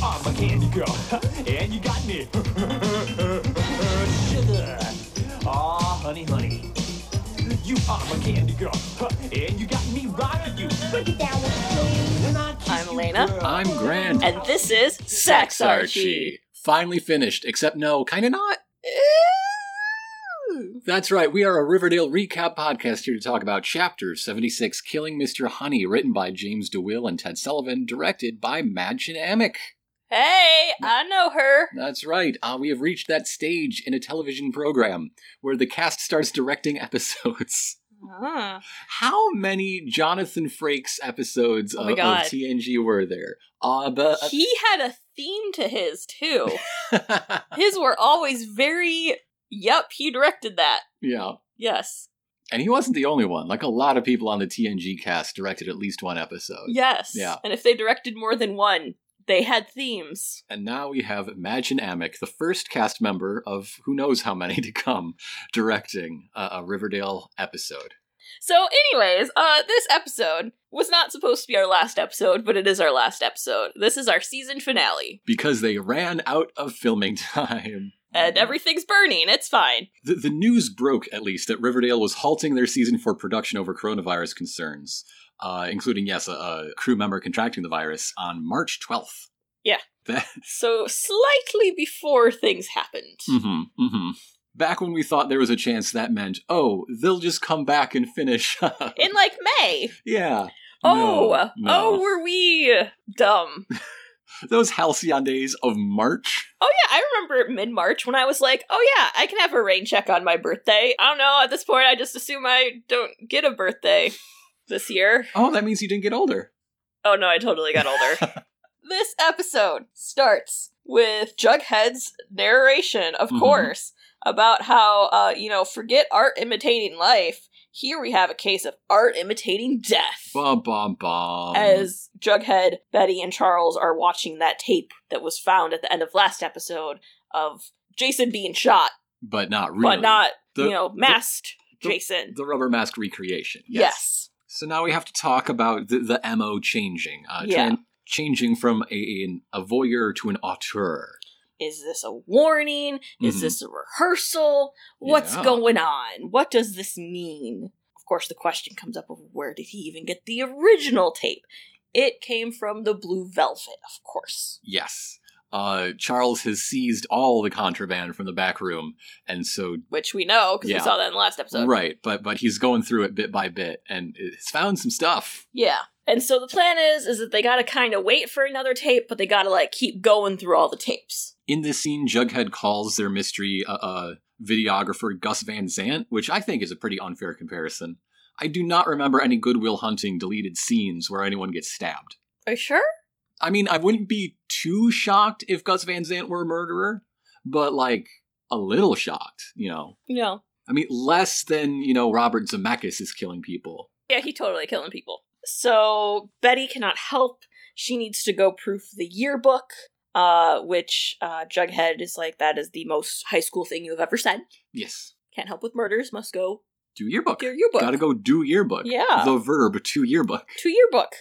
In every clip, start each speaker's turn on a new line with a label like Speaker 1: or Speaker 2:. Speaker 1: Ah, candy girl, and you got me. Sugar, aw, honey, honey. You are my candy girl, and you got me rocking you. Break it down with me.
Speaker 2: I'm Elena.
Speaker 3: I'm Grant.
Speaker 2: And this is Sex Archie.
Speaker 3: Finally finished, except no, kind of not. That's right, we are a Riverdale recap podcast here to talk about Chapter 76 Killing Mr. Honey, written by James DeWill and Ted Sullivan, directed by Mad Shinamic.
Speaker 2: Hey, I know her.
Speaker 3: That's right, uh, we have reached that stage in a television program where the cast starts directing episodes.
Speaker 2: Ah,
Speaker 3: How many Jonathan Frakes episodes
Speaker 2: Oh
Speaker 3: of,
Speaker 2: my
Speaker 3: of
Speaker 2: God.
Speaker 3: TNG were there? Uh, but,
Speaker 2: he had a theme to his, too. his were always very, yep, he directed that.
Speaker 3: yeah.
Speaker 2: Yes.
Speaker 3: And he wasn't the only one. Like a lot of people on the TNG cast directed at least one episode.
Speaker 2: Yes.
Speaker 3: Yeah.
Speaker 2: And if they directed more than one, they had themes.
Speaker 3: And now we have Imagine Amick, the first cast member of who knows how many to come, directing a, a Riverdale episode.
Speaker 2: So, anyways, uh, this episode was not supposed to be our last episode, but it is our last episode. This is our season finale,
Speaker 3: Because they ran out of filming time.
Speaker 2: and everything's burning. It's fine.
Speaker 3: The, the news broke, at least, that Riverdale was halting their season for production over coronavirus concerns, uh, including, yes, a, a crew member contracting the virus on March 12th.
Speaker 2: Yeah.
Speaker 3: That,
Speaker 2: So, slightly before things happened.
Speaker 3: hmm hmm Back when we thought there was a chance that meant, oh, they'll just come back and finish.
Speaker 2: In like May.
Speaker 3: yeah.
Speaker 2: Oh,
Speaker 3: No, no.
Speaker 2: oh, were we dumb?
Speaker 3: Those halcyon days of March.
Speaker 2: Oh yeah, I remember mid March when I was like, oh yeah, I can have a rain check on my birthday. I don't know. At this point, I just assume I don't get a birthday this year.
Speaker 3: Oh, that means you didn't get older.
Speaker 2: Oh no, I totally got older. this episode starts with Jughead's narration, of
Speaker 3: Mhm.
Speaker 2: course, about how uh, you know, forget art imitating life. Here we have a case of art imitating death.
Speaker 3: Bum bum bum.
Speaker 2: as Jughead, Betty, and Charles are watching that tape that was found at the end of last episode of Jason being shot,
Speaker 3: but not really.
Speaker 2: but not
Speaker 3: The-
Speaker 2: you know masked
Speaker 3: the-
Speaker 2: Jason.
Speaker 3: the rubber mask recreation. Yes.
Speaker 2: yes.
Speaker 3: So now we have to talk about the, the mo changing. Uh,
Speaker 2: Yeah.
Speaker 3: tran- changing from a, an, a voyeur to an auteur.
Speaker 2: Is this a warning? Is
Speaker 3: Mhm.
Speaker 2: this a rehearsal? What's
Speaker 3: Yeah.
Speaker 2: going on? What does this mean? Of course, the question comes up of where did he even get the original tape? It came from the Blue Velvet, of course.
Speaker 3: Yes. Uh, Charles has seized all the contraband from the back room, and so
Speaker 2: Which we know because
Speaker 3: Yeah.
Speaker 2: we saw that in the last episode.
Speaker 3: right, but but he's going through it bit by bit, and it's found some stuff.
Speaker 2: Yeah. And so the plan is is that they gotta kinda wait for another tape, but they gotta like keep going through all the tapes.
Speaker 3: In this scene, Jughead calls their mystery uh, uh, videographer Gus Van Zant, which I think is a pretty unfair comparison. I do not remember any Goodwill Hunting deleted scenes where anyone gets stabbed.
Speaker 2: Are you sure?
Speaker 3: I mean, I wouldn't be too shocked if Gus Van Zant were a murderer, but like a little shocked, you know.
Speaker 2: No.
Speaker 3: I mean, less than you know Robert Zemeckis is killing people.
Speaker 2: Yeah, he totally killing people. So Betty cannot help. She needs to go proof the yearbook, uh, which uh, Jughead is like, that is the most high school thing you have ever said.
Speaker 3: Yes,
Speaker 2: Can't help with murders, must go
Speaker 3: do yearbook.
Speaker 2: do your yearbook.
Speaker 3: Gotta go do yearbook.
Speaker 2: Yeah.
Speaker 3: the verb to yearbook.
Speaker 2: to yearbook.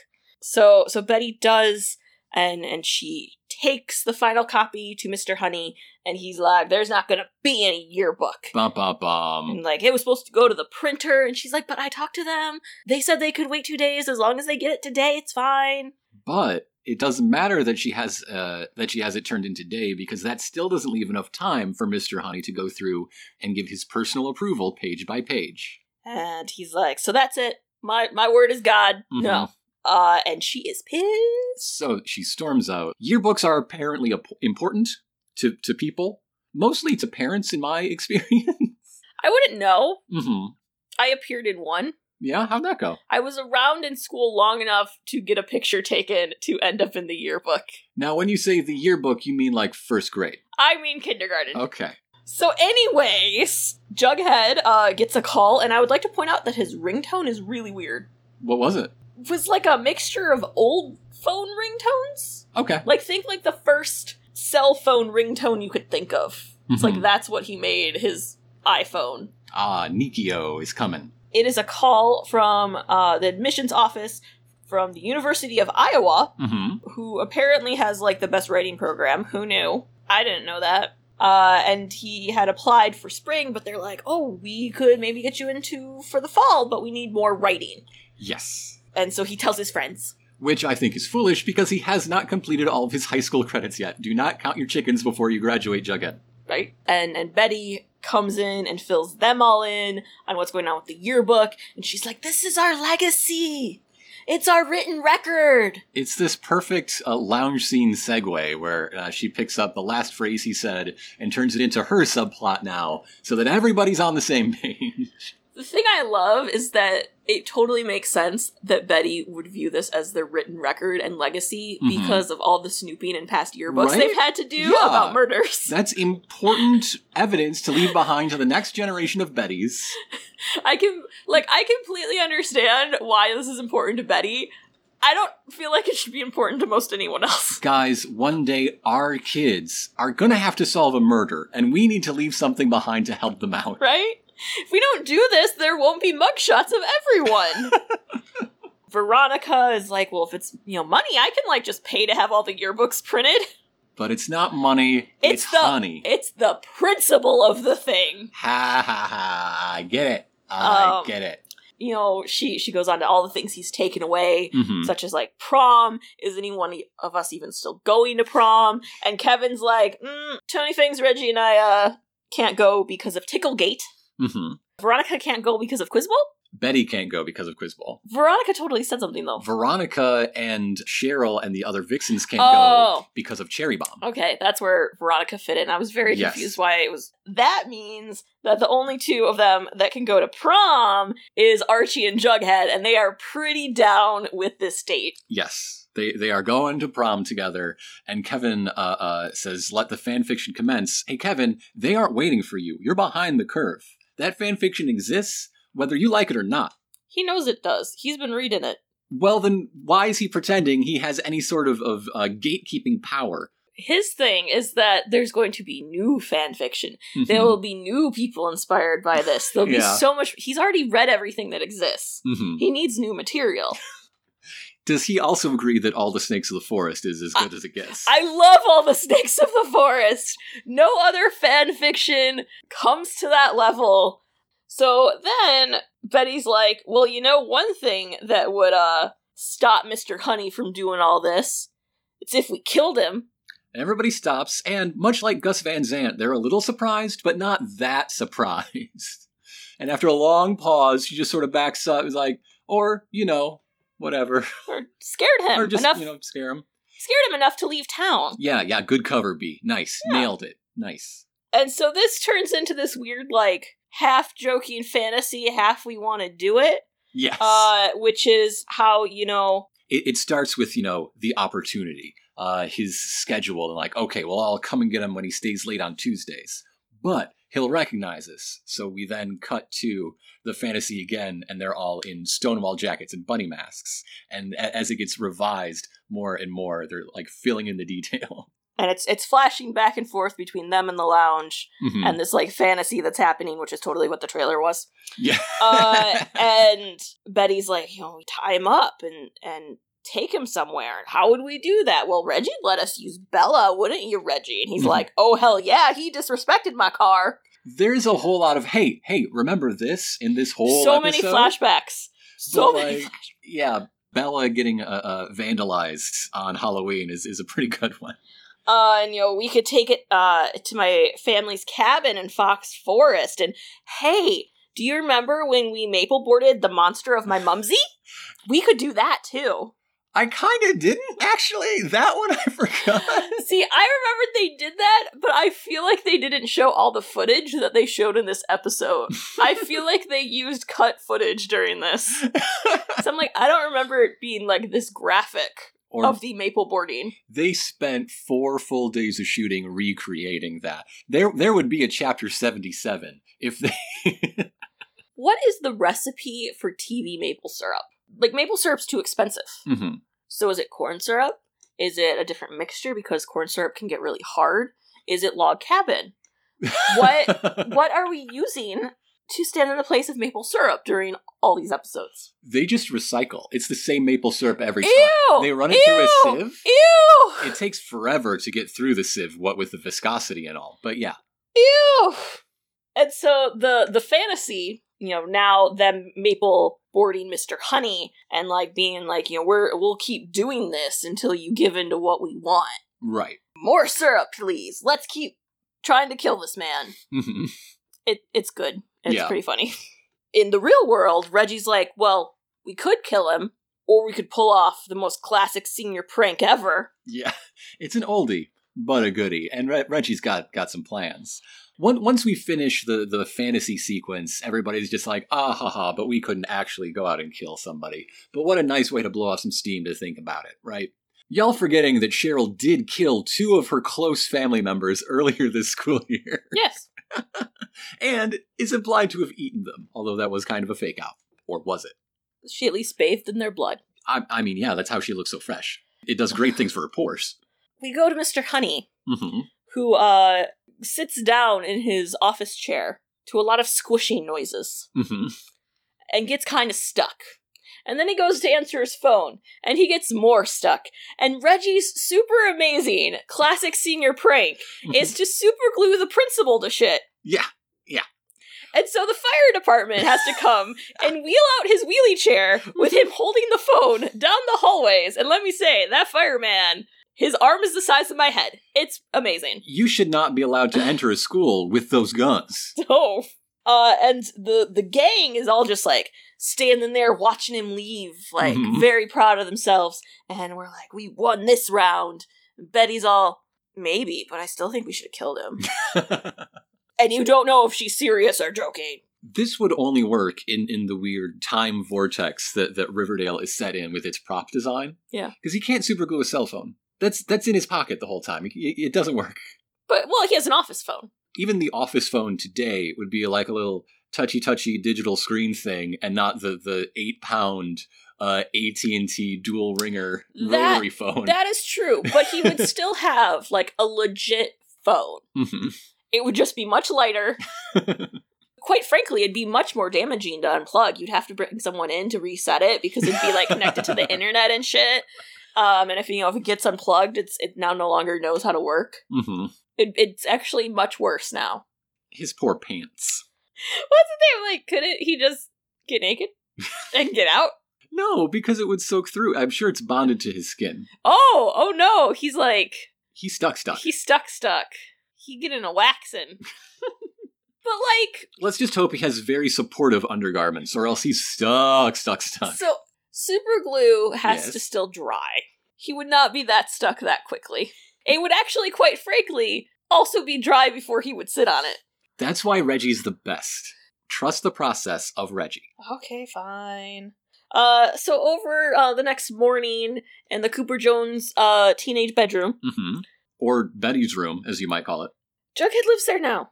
Speaker 2: So so Betty does and and she takes the final copy to Mr. Honey and he's like, there's not gonna be any yearbook.
Speaker 3: Bum bum
Speaker 2: And
Speaker 3: bum.
Speaker 2: like it was supposed to go to the printer, and she's like, "But I talked to them. They said they could wait two days. As long as they get it today, it's fine."
Speaker 3: But it doesn't matter that she has uh, that she has it turned in today because that still doesn't leave enough time for Mister Honey to go through and give his personal approval page by page.
Speaker 2: And he's like, "So that's it. My my word is God. No." Uh, and she is pissed.
Speaker 3: So she storms out. Yearbooks are apparently ap- important to to people, mostly to parents, in my experience.
Speaker 2: I wouldn't know.
Speaker 3: mm-hmm.
Speaker 2: I appeared in one.
Speaker 3: Yeah, how'd that go?
Speaker 2: I was around in school long enough to get a picture taken to end up in the yearbook.
Speaker 3: Now, when you say the yearbook, you mean like first grade.
Speaker 2: I mean kindergarten.
Speaker 3: Okay.
Speaker 2: So, anyways, Jughead uh, gets a call, and I would like to point out that his ringtone is really weird.
Speaker 3: What was it?
Speaker 2: It was like a mixture of old phone ringtones.
Speaker 3: Okay.
Speaker 2: Like, think like the first cell phone ringtone you could think of. It's like
Speaker 3: Mhm.
Speaker 2: that's what he made his iPhone.
Speaker 3: Ah, Nikio is coming.
Speaker 2: It is a call from uh, the admissions office from the University of Iowa,
Speaker 3: hmm
Speaker 2: who apparently has like the best writing program. Who knew? I didn't know that. Uh, and he had applied for spring, but they're like, oh, we could maybe get you into for the fall, but we need more writing.
Speaker 3: Yes.
Speaker 2: And so he tells his friends.
Speaker 3: Which I think is foolish because he has not completed all of his high school credits yet. Do not count your chickens before you graduate, Jughead.
Speaker 2: right? And and Betty comes in and fills them all in on what's going on with the yearbook, and she's like, "This is our legacy. It's our written record."
Speaker 3: It's this perfect uh, lounge scene segue where uh, she picks up the last phrase he said and turns it into her subplot now so that everybody's on the same page.
Speaker 2: The thing I love is that it totally makes sense that Betty would view this as their written record and legacy
Speaker 3: Mhm.
Speaker 2: because of all the snooping and past yearbooks
Speaker 3: Right?
Speaker 2: they've had to do
Speaker 3: Yeah.
Speaker 2: about murders.
Speaker 3: That's important evidence to leave behind to the next generation of Bettys.
Speaker 2: I can like I completely understand why this is important to Betty. I don't feel like it should be important to most anyone else.
Speaker 3: Guys, one day our kids are gonna have to solve a murder, and we need to leave something behind to help them out.
Speaker 2: right? If we don't do this, there won't be mugshots of everyone. Veronica is like, well, if it's you know money, I can like just pay to have all the yearbooks printed.
Speaker 3: But it's not money,
Speaker 2: It's
Speaker 3: it's,
Speaker 2: the-
Speaker 3: honey.
Speaker 2: It's the principle of the thing.
Speaker 3: ha ha ha, I get it. I
Speaker 2: Um,
Speaker 3: get it.
Speaker 2: You know, she she goes on to all the things he's taken away,
Speaker 3: hmm
Speaker 2: such as like prom. Is anyone e- of us even still going to prom? And Kevin's like, mm, Tony Fangs, Reggie, and I uh, can't go because of Ticklegate.
Speaker 3: hmm
Speaker 2: Veronica can't go because of Quizball.
Speaker 3: Betty can't go because of Quizball.
Speaker 2: Veronica totally said something though.
Speaker 3: Veronica and Cheryl and the other Vixens can't
Speaker 2: Oh.
Speaker 3: go because of Cherry Bomb.
Speaker 2: Okay, that's where Veronica fit in. I was very
Speaker 3: Yes.
Speaker 2: confused why it was. That means that the only two of them that can go to prom is Archie and Jughead, and they are pretty down with this date.
Speaker 3: Yes, they they are going to prom together, and Kevin uh, uh, says, "Let the fan fiction commence." Hey, Kevin, they aren't waiting for you. You're behind the curve. That fan fiction exists, whether you like it or not.
Speaker 2: He knows it does. He's been reading it.
Speaker 3: Well, then why is he pretending he has any sort of of uh, gatekeeping power?
Speaker 2: His thing is that there's going to be new fan fiction.
Speaker 3: Mhm.
Speaker 2: There will be new people inspired by this. There'll
Speaker 3: Yeah.
Speaker 2: be so much. He's already read everything that exists.
Speaker 3: Mhm.
Speaker 2: He needs new material.
Speaker 3: Does he also agree that all the snakes of the forest is as good as it gets?
Speaker 2: I love all the snakes of the forest. No other fan fiction comes to that level. So then Betty's like, "Well, you know one thing that would uh stop Mr. Honey from doing all this. It's if we killed him."
Speaker 3: and everybody stops, and much like Gus Van Zant, they're a little surprised, but not that surprised. And after a long pause, she just sort of backs up, is like, or, you know, whatever.
Speaker 2: Or scared him
Speaker 3: or just,
Speaker 2: enough
Speaker 3: you know, scare him.
Speaker 2: scared him enough to leave town.
Speaker 3: Yeah, yeah, good cover, B. Nice. Nailed it. Nice.
Speaker 2: And so this turns into this weird like half joking fantasy, half we want to do it,
Speaker 3: Yes.
Speaker 2: uh which is how, you know,
Speaker 3: it, it starts with, you know, the opportunity, uh, his schedule, and like, okay, well, I'll come and get him when he stays late on Tuesdays. But he'll recognize us. So we then cut to the fantasy again, and they're all in Stonewall jackets and bunny masks. And a- as it gets revised more and more, they're like filling in the detail.
Speaker 2: and it's it's flashing back and forth between them and the lounge
Speaker 3: Mhm.
Speaker 2: and this like fantasy that's happening which is totally what the trailer was
Speaker 3: yeah.
Speaker 2: uh and betty's like you know tie him up and and take him somewhere how would we do that well reggie let us use bella wouldn't you reggie and he's
Speaker 3: Mhm.
Speaker 2: like oh hell yeah he disrespected my car
Speaker 3: There's a whole lot of, hey, hey, remember this in this whole
Speaker 2: so many
Speaker 3: episode?
Speaker 2: flashbacks so
Speaker 3: But,
Speaker 2: many
Speaker 3: like, yeah, Bella getting uh, uh, vandalized on Halloween is, is a pretty good one.
Speaker 2: uh, and you know we could take it uh, to my family's cabin in Fox Forest. And hey, do you remember when we maple boarded the monster of my mumsy? We could do that too.
Speaker 3: I kind of didn't actually. That one I forgot.
Speaker 2: See, I remembered they did that, but I feel like they didn't show all the footage that they showed in this episode. I feel like they used cut footage during this. So I'm like, I don't remember it being like this graphic
Speaker 3: or
Speaker 2: of the maple boarding.
Speaker 3: they spent four full days of shooting recreating that. There, there would be a chapter seventy-seven if they.
Speaker 2: What is the recipe for TV maple syrup? Like maple syrup's too expensive.
Speaker 3: Mhm.
Speaker 2: So is it corn syrup? Is it a different mixture because corn syrup can get really hard? Is it log cabin? What what are we using to stand in the place of maple syrup during all these episodes.
Speaker 3: They just recycle. It's the same maple syrup every time.
Speaker 2: Ew!
Speaker 3: They run it
Speaker 2: ew,
Speaker 3: through a sieve.
Speaker 2: Ew!
Speaker 3: It takes forever to get through the sieve, what with the viscosity and all. But yeah,
Speaker 2: Ew. And so the the fantasy, you know, now them maple boarding Mr. Honey and like being like, you know, we're we'll keep doing this until you give in to what we want.
Speaker 3: right.
Speaker 2: More syrup, please. Let's keep trying to kill this man.
Speaker 3: Mhm.
Speaker 2: It it's good. It's
Speaker 3: Yeah.
Speaker 2: pretty funny. In the real world, Reggie's like, well, we could kill him, or we could pull off the most classic senior prank ever.
Speaker 3: yeah, it's an oldie but a goodie, and Re- Reggie's got got some plans. One, once we finish the the fantasy sequence, everybody's just like, ah ha ha, but we couldn't actually go out and kill somebody. But what a nice way to blow off some steam to think about it, right? Y'all forgetting that Cheryl did kill two of her close family members earlier this school year.
Speaker 2: Yes.
Speaker 3: and is implied to have eaten them, although that was kind of a fake out. Or was it?
Speaker 2: She at least bathed in their blood.
Speaker 3: I, I mean, yeah, that's how she looks so fresh. It does great things for her pores.
Speaker 2: We go to Mr. Honey,
Speaker 3: hmm
Speaker 2: who uh sits down in his office chair to a lot of squishing noises
Speaker 3: hmm
Speaker 2: and gets kind of stuck. And then he goes to answer his phone and he gets more stuck. And Reggie's super amazing classic senior prank is to super glue the principal to shit.
Speaker 3: yeah,
Speaker 2: And so the fire department has to come and wheel out his wheelie chair with him holding the phone down the hallways. And let me say, that fireman, his arm is the size of my head. It's amazing.
Speaker 3: you should not be allowed to enter a school with those guns.
Speaker 2: No. Uh, and the the gang is all just like standing there watching him leave, like
Speaker 3: Mhm.
Speaker 2: very proud of themselves. And we're like, we won this round. Betty's all, maybe, but I still think we should have killed him. and you don't know if she's serious or joking.
Speaker 3: this would only work in, in the weird time vortex that, that Riverdale is set in with its prop design.
Speaker 2: Yeah.
Speaker 3: Because he can't superglue a cell phone. That's, that's in his pocket the whole time. It- it doesn't work.
Speaker 2: But well, he has an office phone.
Speaker 3: even the office phone today would be like a little touchy touchy digital screen thing and not the the eight pound uh, AT&T dual ringer
Speaker 2: That-
Speaker 3: rotary phone.
Speaker 2: That is true, but he would still have like a legit phone.
Speaker 3: Mhm.
Speaker 2: It would just be much lighter. Quite frankly, it'd be much more damaging to unplug. You'd have to bring someone in to reset it because it'd be like connected to the internet and shit. Um, and if you know if it gets unplugged, it's it now no longer knows how to work.
Speaker 3: Mhm.
Speaker 2: It, it's actually much worse now.
Speaker 3: His poor pants.
Speaker 2: What's the thing? Like, couldn't he just get naked and get out?
Speaker 3: No, because it would soak through. I'm sure it's bonded to his skin.
Speaker 2: Oh, oh no! He's like
Speaker 3: He's stuck stuck.
Speaker 2: he's stuck, stuck. He getting a waxing. but like,
Speaker 3: Let's just hope he has very supportive undergarments or else he's stuck stuck stuck.
Speaker 2: So super glue has
Speaker 3: Yes.
Speaker 2: to still dry. He would not be that stuck that quickly. It would actually, quite frankly, also be dry before he would sit on it.
Speaker 3: That's why Reggie's the best. Trust the process of Reggie.
Speaker 2: Okay, fine. Uh, so over uh, the next morning in the Cooper Jones uh, teenage bedroom,
Speaker 3: Mhm. Or Betty's room, as you might call it.
Speaker 2: Jughead lives there now.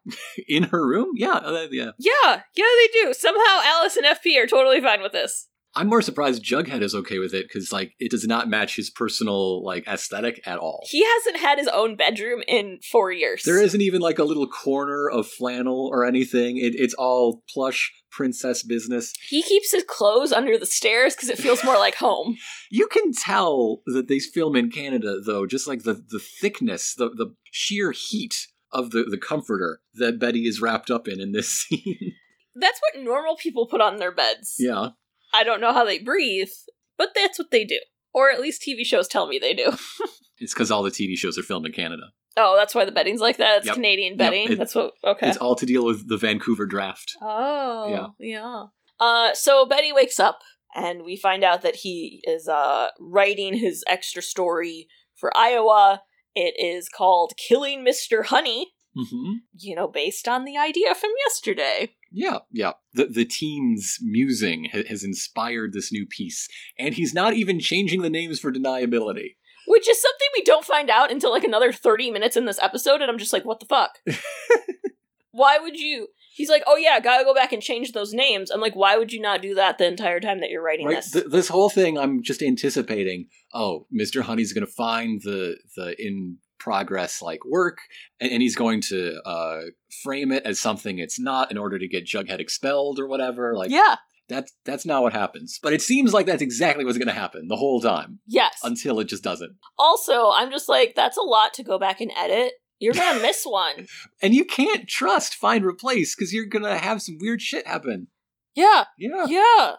Speaker 3: In her room? Yeah, uh, yeah.
Speaker 2: Yeah, yeah, they do. Somehow Alice and FP are totally fine with this.
Speaker 3: I'm more surprised Jughead is okay with it because like it does not match his personal like aesthetic at all.
Speaker 2: He hasn't had his own bedroom in four years.
Speaker 3: There isn't even like a little corner of flannel or anything. It, it's all plush princess business.
Speaker 2: He keeps his clothes under the stairs because it feels more like home.
Speaker 3: You can tell that they film in Canada though, just like the the thickness, the the sheer heat of the the comforter that Betty is wrapped up in in this scene.
Speaker 2: That's what normal people put on their beds.
Speaker 3: yeah,
Speaker 2: I don't know how they breathe, but that's what they do. Or at least TV shows tell me they do.
Speaker 3: it's because all the TV shows are filmed in Canada.
Speaker 2: Oh, that's why the betting's like that. It's
Speaker 3: Yep.
Speaker 2: Canadian
Speaker 3: Yep,
Speaker 2: betting.
Speaker 3: it-
Speaker 2: that's what. Okay.
Speaker 3: It's all to deal with the Vancouver draft.
Speaker 2: Oh, yeah. Uh, so Betty wakes up, and we find out that he is uh, writing his extra story for Iowa. It is called Killing Mr. Honey,
Speaker 3: hmm
Speaker 2: you know, based on the idea from yesterday.
Speaker 3: Yeah, yeah. The the team's musing ha- has inspired this new piece, and he's not even changing the names for deniability.
Speaker 2: Which is something we don't find out until like another 30 minutes in this episode, and I'm just like, what the fuck? why would you? He's like, oh yeah, gotta go back and change those names. I'm like, why would you not do that the entire time that you're writing
Speaker 3: Right?
Speaker 2: this?
Speaker 3: Th- this whole thing, I'm just anticipating. Oh, Mister Honey's going to find the the in progress like work, and, and he's going to uh, frame it as something it's not in order to get Jughead expelled or whatever. Like
Speaker 2: yeah.
Speaker 3: that's that's not what happens. But it seems like that's exactly what's going to happen the whole time
Speaker 2: Yes.
Speaker 3: until it just doesn't.
Speaker 2: also, I'm just like, that's a lot to go back and edit. You're gonna miss one.
Speaker 3: And you can't trust find replace because you're going to have some weird shit happen.
Speaker 2: Yeah.
Speaker 3: Yeah.
Speaker 2: Yeah.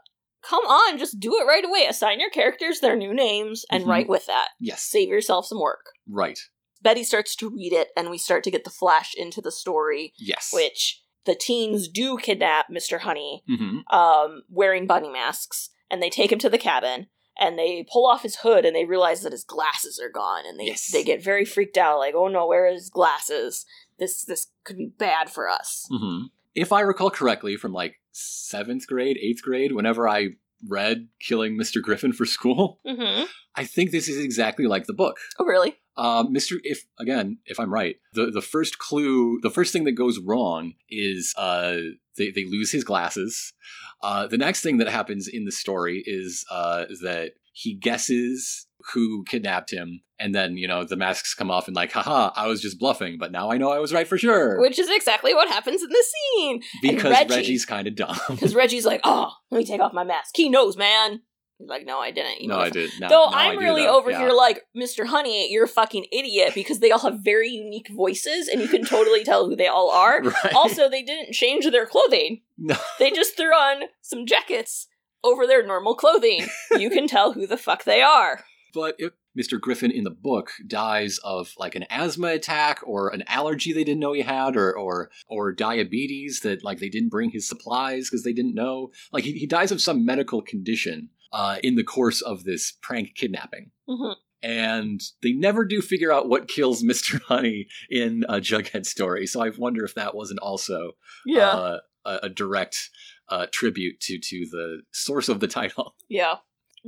Speaker 2: Come on, just do it right away. Assign your characters their new names and
Speaker 3: Mhm.
Speaker 2: write with that.
Speaker 3: Yes.
Speaker 2: Save yourself some work.
Speaker 3: Right.
Speaker 2: Betty starts to read it, and we start to get the flash into the story,
Speaker 3: Yes.
Speaker 2: which the teens do kidnap Mr. Honey,
Speaker 3: hmm
Speaker 2: um, wearing bunny masks, and they take him to the cabin, and they pull off his hood, and they realize that his glasses are gone, and they
Speaker 3: Yes.
Speaker 2: they get very freaked out, like, oh no, where are his glasses? This this could be bad for us.
Speaker 3: hmm If I recall correctly, from like seventh grade, eighth grade, whenever I read Killing Mr. Griffin for school,
Speaker 2: Mm-hmm.
Speaker 3: I think this is exactly like the book.
Speaker 2: Oh, really?
Speaker 3: Uh, Mr. If again, if I'm right, the the first clue, the first thing that goes wrong is uh, they they lose his glasses. Uh, the next thing that happens in the story is uh, that he guesses who kidnapped him, and then you know the masks come off and like, haha, I was just bluffing, but now I know I was right for sure
Speaker 2: Which is exactly what happens in the scene.
Speaker 3: because
Speaker 2: Reggie-
Speaker 3: Reggie's kind of dumb.
Speaker 2: Because Reggie's like, oh, let me take off my mask. He knows, man. He's like, no, I didn't. You
Speaker 3: no,
Speaker 2: know,
Speaker 3: I did. Now,
Speaker 2: Though
Speaker 3: now I
Speaker 2: I'm
Speaker 3: do,
Speaker 2: really
Speaker 3: though.
Speaker 2: over
Speaker 3: Yeah.
Speaker 2: here like, Mr. Honey, you're a fucking idiot because they all have very unique voices and you can totally tell who they all are.
Speaker 3: Right.
Speaker 2: Also, they didn't change their clothing.
Speaker 3: No.
Speaker 2: They just threw on some jackets over their normal clothing. you can tell who the fuck they are.
Speaker 3: but if Mr. Griffin in the book dies of like an asthma attack or an allergy they didn't know he had or or or diabetes that like they didn't bring his supplies because they didn't know like he, he dies of some medical condition uh, in the course of this prank kidnapping
Speaker 2: Mhm.
Speaker 3: and they never do figure out what kills Mr. Honey in a Jughead story so I wonder if that wasn't also uh, a, a direct uh, tribute to to the source of the title
Speaker 2: yeah.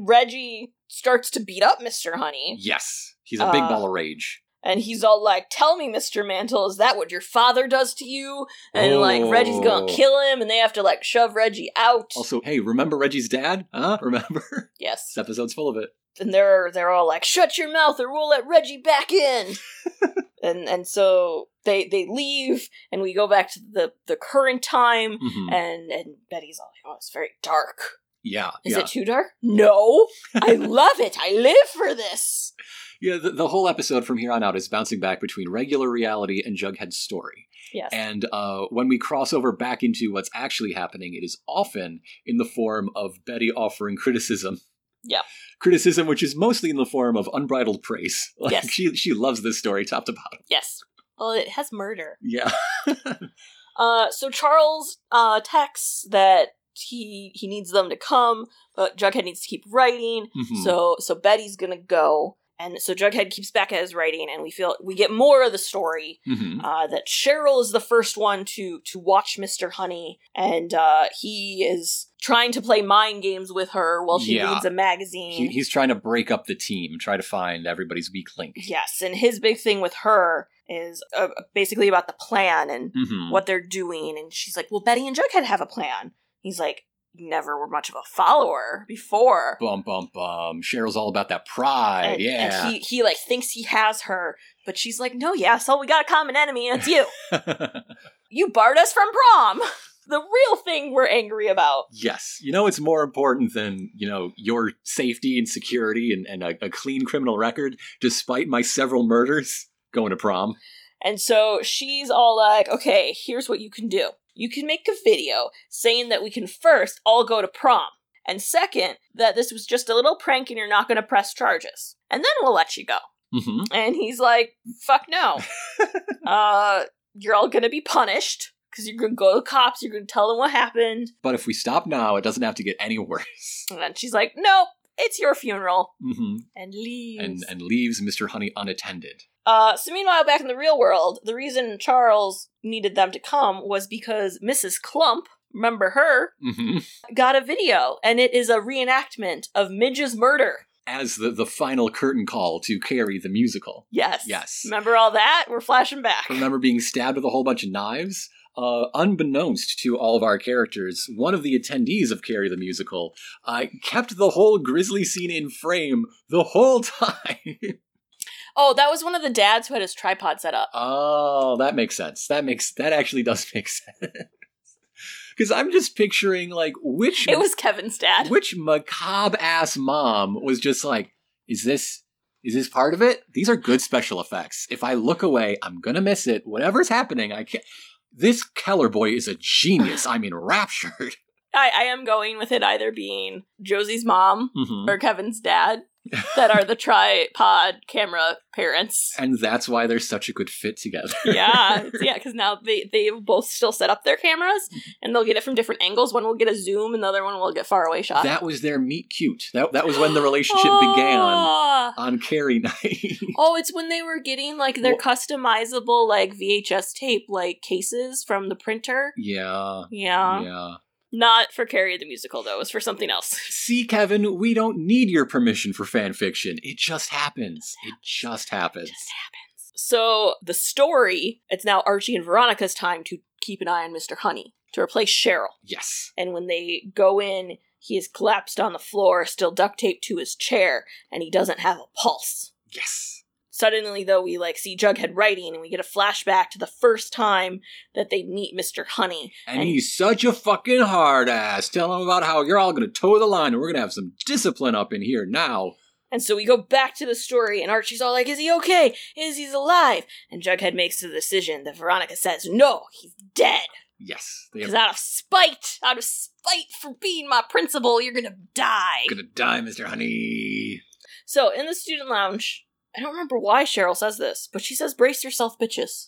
Speaker 2: Reggie starts to beat up Mr. Honey
Speaker 3: yes he's a big
Speaker 2: Uh,
Speaker 3: ball of rage
Speaker 2: and he's all like, Tell me, Mr. Mantle, is that what your father does to you? And like,
Speaker 3: Oh.
Speaker 2: Reggie's gonna kill him and they have to like shove Reggie out.
Speaker 3: Also, hey, remember Reggie's dad? Huh? Remember?
Speaker 2: yes.
Speaker 3: this episode's full of it.
Speaker 2: and they're they're all like, "Shut your mouth, or we'll let Reggie back in." and and so they they leave, and we go back to the the current time,
Speaker 3: Mm-hmm.
Speaker 2: and and Betty's all like, "Oh, it's very dark.
Speaker 3: Yeah,
Speaker 2: Is
Speaker 3: yeah,
Speaker 2: it too dark? No, I love it. I live for this."
Speaker 3: yeah. The, the whole episode from here on out is bouncing back between regular reality and Jughead's story.
Speaker 2: Yes.
Speaker 3: And uh, when we cross over back into what's actually happening, it is often in the form of Betty offering criticism.
Speaker 2: Yeah.
Speaker 3: criticism which is mostly in the form of unbridled praise. Like
Speaker 2: Yes.
Speaker 3: she she loves this story top to bottom.
Speaker 2: yes. Well, it has murder.
Speaker 3: Yeah,
Speaker 2: Uh, so Charles uh texts that he he needs them to come, but Jughead needs to keep writing,
Speaker 3: Mhm.
Speaker 2: So so Betty's gonna go, and so Jughead keeps back at his writing, and we feel we get more of the story.
Speaker 3: Mhm.
Speaker 2: Uh, that Cheryl is the first one to to watch Mr. Honey, and uh, he is trying to play mind games with her while she
Speaker 3: Yeah.
Speaker 2: reads a magazine.
Speaker 3: He, he's trying to break up the team, try to find everybody's weak link.
Speaker 2: yes, and his big thing with her is uh, basically about the plan and
Speaker 3: Mhm.
Speaker 2: what they're doing, and she's like, "Well, Betty and Jughead have a plan." He's like, "You "Never were much of a follower before."
Speaker 3: Bum bum bum. Cheryl's all about that pride.
Speaker 2: Uh, and,
Speaker 3: Uh, yeah.
Speaker 2: and he he like thinks he has her, but she's like, no, yeah, so we got a common enemy, and it's you. you barred us from prom. The real thing we're angry about.
Speaker 3: yes. You know, it's more important than, you know, your safety and security and, and a, a clean criminal record, despite my several murders going to prom.
Speaker 2: And so she's all like, okay, here's what you can do. You can make a video saying that we can first all go to prom. And second, that this was just a little prank and you're not going to press charges. And then we'll let you go.
Speaker 3: hmm
Speaker 2: And he's like, fuck no. uh, you're all going to be punished because you're going to go to the cops. You're going to tell them what happened.
Speaker 3: But if we stop now, it doesn't have to get any worse.
Speaker 2: And then she's like, "Nope, it's your funeral,"
Speaker 3: hmm
Speaker 2: and leaves.
Speaker 3: And, and leaves Mr. Honey unattended.
Speaker 2: uh, so meanwhile, back in the real world, the reason Charles needed them to come was because Mrs. Clump, remember her,
Speaker 3: hmm
Speaker 2: got a video, and it is a reenactment of Midge's murder.
Speaker 3: As the, the final curtain call to carry the musical.
Speaker 2: Yes.
Speaker 3: Yes.
Speaker 2: Remember all that? We're flashing back.
Speaker 3: remember being stabbed with a whole bunch of knives. Uh, unbeknownst to all of our characters, one of the attendees of Carrie the Musical uh, kept the whole grisly scene in frame the whole time.
Speaker 2: Oh, that was one of the dads who had his tripod set up.
Speaker 3: Oh, that makes sense. That makes that actually does make sense. Because I'm just picturing like which
Speaker 2: It was Kevin's dad.
Speaker 3: which macabre ass mom was just like, is this is this part of it? These are good special effects. If I look away, I'm gonna miss it. Whatever's happening, I can't. This Keller boy is a genius. I'm enraptured.
Speaker 2: I, I am going with it either being Josie's mom
Speaker 3: Mhm.
Speaker 2: or Kevin's dad that are the tripod camera parents.
Speaker 3: And that's why they're such a good fit together.
Speaker 2: yeah, it's- yeah, because now they they both still set up their cameras, and they'll get it from different angles. One will get a zoom, and the other one will get faraway shot.
Speaker 3: That was their meet cute. That that was when the relationship began
Speaker 2: Ah.
Speaker 3: on Carrie night.
Speaker 2: Oh, it's when they were getting like their
Speaker 3: Wha-
Speaker 2: customizable like VHS tape like cases from the printer.
Speaker 3: yeah.
Speaker 2: Yeah.
Speaker 3: Yeah.
Speaker 2: Not for Carrie the musical though, it was for something else.
Speaker 3: See, Kevin, we don't need your permission for fan fiction. It just happens. It just happens.
Speaker 2: Just happens. So the story, it's now Archie and Veronica's time to keep an eye on Mr. Honey to replace Cheryl.
Speaker 3: Yes.
Speaker 2: And when they go in, he is collapsed on the floor, still duct taped to his chair, and he doesn't have a pulse.
Speaker 3: Yes.
Speaker 2: Suddenly, though, we like see Jughead writing, and we get a flashback to the first time that they meet Mr. Honey.
Speaker 3: And he's such a fucking hard ass. Tell him about how you're all gonna toe the line and we're gonna have some discipline up in here now.
Speaker 2: And so we go back to the story, and Archie's all like, Is he okay? Is he alive? And Jughead makes the decision that Veronica says, No, he's dead.
Speaker 3: Yes. They
Speaker 2: Because
Speaker 3: are
Speaker 2: out of spite, out of spite for being my principal, you're gonna die.
Speaker 3: gonna die, Mr. Honey.
Speaker 2: So in the student lounge, I don't remember why Cheryl says this, but she says, Brace yourself, bitches.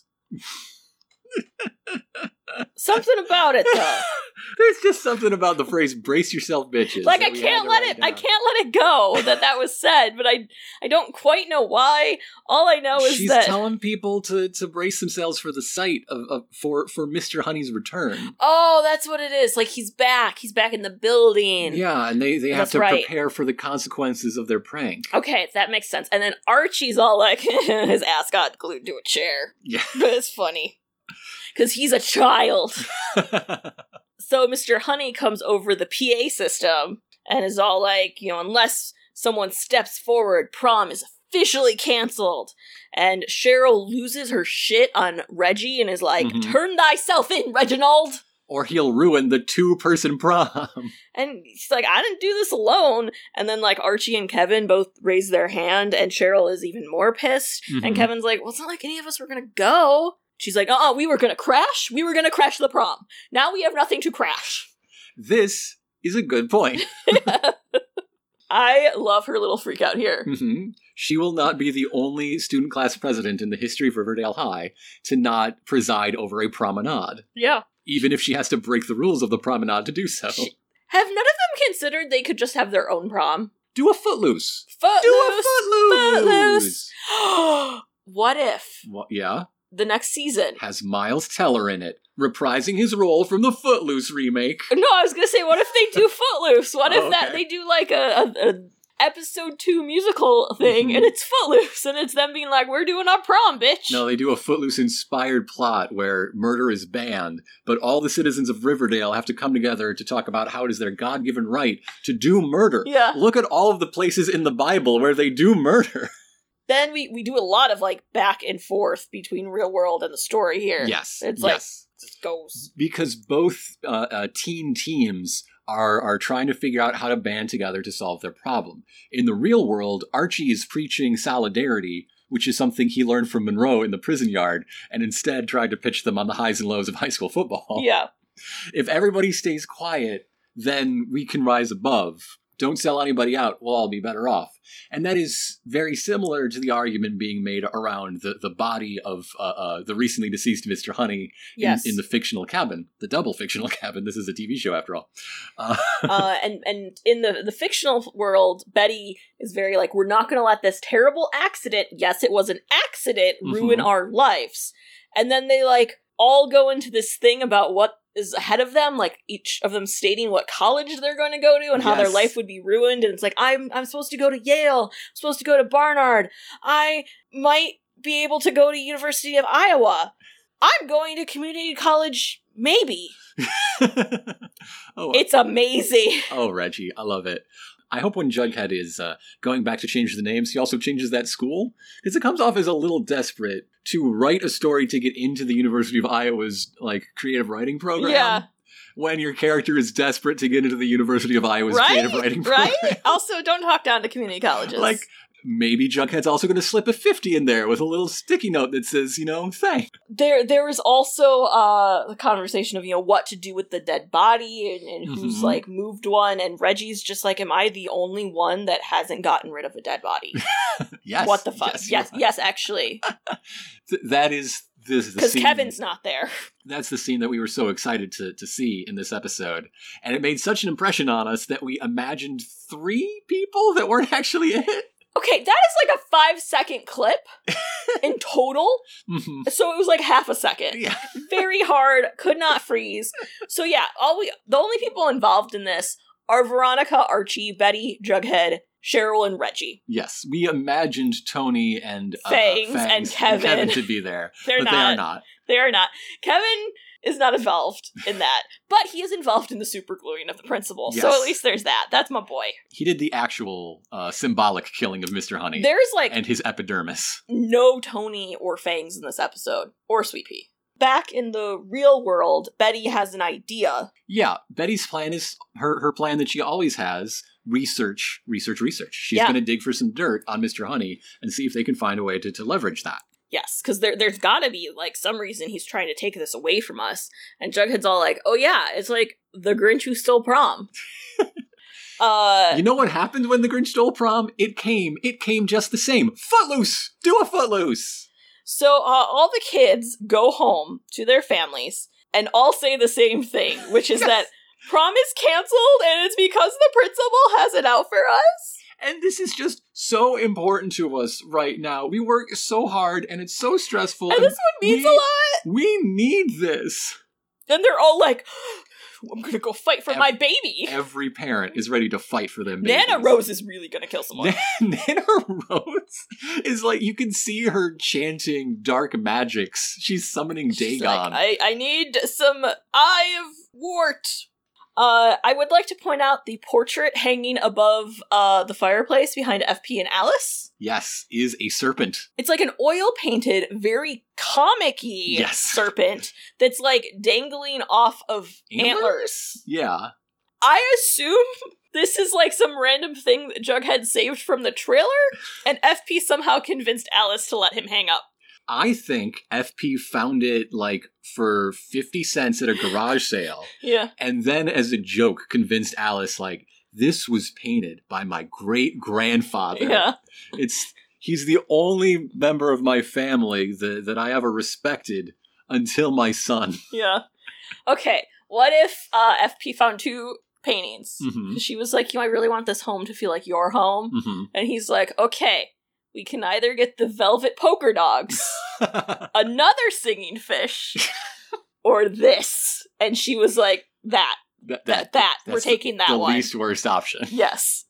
Speaker 2: Something about it, though.
Speaker 3: There's just something about the phrase brace yourself bitches.
Speaker 2: like
Speaker 3: that
Speaker 2: I
Speaker 3: we had
Speaker 2: can't
Speaker 3: to
Speaker 2: let
Speaker 3: write
Speaker 2: it I
Speaker 3: down.
Speaker 2: can't let it go that that was said, but I I don't quite know why. All I know is
Speaker 3: She's
Speaker 2: that
Speaker 3: telling people to, to brace themselves for the sight of, of for for Mr. Honey's return.
Speaker 2: Oh, that's what it is. Like he's back. He's back in the building.
Speaker 3: Yeah, and they, they have
Speaker 2: That's
Speaker 3: to
Speaker 2: right.
Speaker 3: prepare for the consequences of their prank.
Speaker 2: Okay, that makes sense. And then Archie's all like his ass got glued to a chair.
Speaker 3: Yeah.
Speaker 2: it's funny. Cuz he's a child. So Mr. Honey comes over the PA system and is all like, you know, unless someone steps forward, prom is officially canceled. And Cheryl loses her shit on Reggie and is like,
Speaker 3: Mhm.
Speaker 2: turn thyself in, Reginald.
Speaker 3: or he'll ruin the two person prom.
Speaker 2: And she's like, I didn't do this alone. And then, like, Archie and Kevin both raise their hand, and Cheryl is even more pissed. And
Speaker 3: Mhm.
Speaker 2: Kevin's like, Well, it's not like any of us were going to go. She's like, Uh uh we were going to crash. We were going to crash the prom. Now we have nothing to crash.
Speaker 3: This is a good point.
Speaker 2: I love her little freak out here.
Speaker 3: Mhm. She will not be the only student class president in the history of Riverdale High to not preside over a promenade,
Speaker 2: Yeah.
Speaker 3: even if she has to break the rules of the promenade to do so.
Speaker 2: She- Have none of them considered they could just have their own prom?
Speaker 3: Do a footloose.
Speaker 2: Footloose.
Speaker 3: Do a
Speaker 2: Footloose.
Speaker 3: footloose.
Speaker 2: what if
Speaker 3: Wha- yeah,
Speaker 2: the next season?
Speaker 3: has Miles Teller in it, reprising his role from the Footloose remake.
Speaker 2: No, I was gonna say, what if they do Footloose? What if
Speaker 3: Oh,
Speaker 2: that
Speaker 3: okay.
Speaker 2: they do like a, a, a episode two musical thing, and
Speaker 3: Mhm.
Speaker 2: it's Footloose, and it's them being like, "We're doing our prom, bitch."
Speaker 3: No, they do a Footloose inspired plot where murder is banned, but all the citizens of Riverdale have to come together to talk about how it is their God given right to do murder.
Speaker 2: Yeah.
Speaker 3: Look at all of the places in the Bible where they do murder.
Speaker 2: Then we we do a lot of like back and forth between real world and the story here.
Speaker 3: Yes.
Speaker 2: It's like-
Speaker 3: yes.
Speaker 2: It just goes.
Speaker 3: because both uh, uh, teen teams are are trying to figure out how to band together to solve their problem. In the real world, Archie is preaching solidarity, which is something he learned from Monroe in the prison yard, and instead tried to pitch them on the highs and lows of high school football.
Speaker 2: Yeah.
Speaker 3: If everybody stays quiet, then we can rise above. Don't sell anybody out, we'll all be better off. And that is very similar to the argument being made around the, the body of uh, uh, the recently deceased Mr. Honey
Speaker 2: Yes.
Speaker 3: in, in the fictional cabin, the double fictional cabin. This is a TV show after all. Uh,
Speaker 2: uh, and and in the the fictional world, Betty is very like, we're not going to let this terrible accident. Yes, it was an accident. Ruin
Speaker 3: Mhm.
Speaker 2: our lives. And then they like all go into this thing about what is ahead of them, like each of them stating what college they're going to go to and how their
Speaker 3: Yes.
Speaker 2: life would be ruined. And it's like, I'm I'm supposed to go to Yale. I'm supposed to go to Barnard. I might be able to go to University of Iowa. I'm going to community college. Maybe
Speaker 3: oh,
Speaker 2: it's amazing.
Speaker 3: oh, Reggie, I love it. I hope when Jughead is uh, going back to change the names, he also changes that school because it comes off as a little desperate to write a story to get into the University of Iowa's like creative writing program.
Speaker 2: Yeah.
Speaker 3: When your character is desperate to get into the University of Iowa's
Speaker 2: Right?
Speaker 3: creative writing program.
Speaker 2: Right? also, don't talk down to community colleges.
Speaker 3: Like maybe Jughead's also going to slip a 50 in there with a little sticky note that says, you know, thanks.
Speaker 2: there there is also uh the conversation of you know what to do with the dead body and, and who's
Speaker 3: Mhm.
Speaker 2: like moved one and reggie's just like am i the only one that hasn't gotten rid of a dead body
Speaker 3: Yes.
Speaker 2: what the fuck
Speaker 3: Yes.
Speaker 2: yes
Speaker 3: you're
Speaker 2: yes,
Speaker 3: right.
Speaker 2: actually
Speaker 3: Th- that is this is the
Speaker 2: because
Speaker 3: scene-
Speaker 2: kevin's not there
Speaker 3: that's the scene that we were so excited to, to see in this episode. And it made such an impression on us that we imagined three people that weren't actually in it.
Speaker 2: okay that is like a five second clip in total
Speaker 3: Mhm.
Speaker 2: so it was like half a second
Speaker 3: yeah.
Speaker 2: very hard, could not freeze. So yeah, all we the only people involved in this are Veronica, Archie, Betty, Jughead, Cheryl, and Reggie.
Speaker 3: Yes. We imagined Tony and uh,
Speaker 2: Fangs and Kevin.
Speaker 3: to be there,
Speaker 2: They're
Speaker 3: but
Speaker 2: not.
Speaker 3: they are not.
Speaker 2: They are not. Kevin is not involved in that, but he is involved in the super gluing of the principal. So
Speaker 3: Yes.
Speaker 2: at least there's that. That's my boy.
Speaker 3: He did the actual uh, symbolic killing of Mr. Honey
Speaker 2: There's like
Speaker 3: and his epidermis.
Speaker 2: no Tony or Fangs in this episode or Sweet Pea. Back in the real world, Betty has an idea.
Speaker 3: Yeah, Betty's plan is her her plan that she always has: research, research, research. She's
Speaker 2: Yeah.
Speaker 3: going to dig for some dirt on Mr. Honey and see if they can find a way to, to leverage that.
Speaker 2: Yes, because there, there's gotta be like some reason he's trying to take this away from us. And Jughead's all like, oh yeah, it's like the Grinch who stole prom. uh,
Speaker 3: You know what happened when the Grinch stole prom? It came. It came just the same. Footloose. Do a footloose.
Speaker 2: so uh, all the kids go home to their families and all say the same thing, which is
Speaker 3: Yes.
Speaker 2: that prom is canceled and it's because the principal has it out for us.
Speaker 3: And this is just so important to us right now. We work so hard and it's so stressful.
Speaker 2: And
Speaker 3: and
Speaker 2: this one means a
Speaker 3: we-
Speaker 2: lot.
Speaker 3: we need this.
Speaker 2: Then they're all like, I'm gonna go fight for
Speaker 3: Ev-
Speaker 2: my baby.
Speaker 3: Every parent is ready to fight for them.
Speaker 2: Nana
Speaker 3: babies.
Speaker 2: Rose is really gonna kill someone.
Speaker 3: Nana Rhodes is like you can see her chanting dark magics. She's summoning
Speaker 2: She's
Speaker 3: Dagon.
Speaker 2: like, I, I need some Eye of Wart. Uh, I would like to point out the portrait hanging above uh, the fireplace behind FP and Alice.
Speaker 3: yes, is a serpent.
Speaker 2: It's like an oil painted, very comic y
Speaker 3: Yes.
Speaker 2: serpent that's like dangling off of antlers.
Speaker 3: Yeah,
Speaker 2: I assume this is like some random thing that Jughead saved from the trailer, and FP somehow convinced Alice to let him hang up.
Speaker 3: I think FP found it like for fifty cents at a garage sale,
Speaker 2: Yeah.
Speaker 3: and then as a joke convinced Alice like this was painted by my great grandfather.
Speaker 2: Yeah.
Speaker 3: It's he's the only member of my family that, that I ever respected until my son.
Speaker 2: Yeah. Okay. What if uh, FP found two paintings?
Speaker 3: Mhm.
Speaker 2: She was like, "You, know, I really want this home to feel like your
Speaker 3: Mm.
Speaker 2: home," and he's like, "Okay, we can either get the velvet poker dogs,
Speaker 3: Mhm.
Speaker 2: another singing fish, or this." And she was like, "That,
Speaker 3: that,
Speaker 2: that, that. We're
Speaker 3: that's
Speaker 2: taking that
Speaker 3: the
Speaker 2: one."
Speaker 3: least worst option.
Speaker 2: Yes.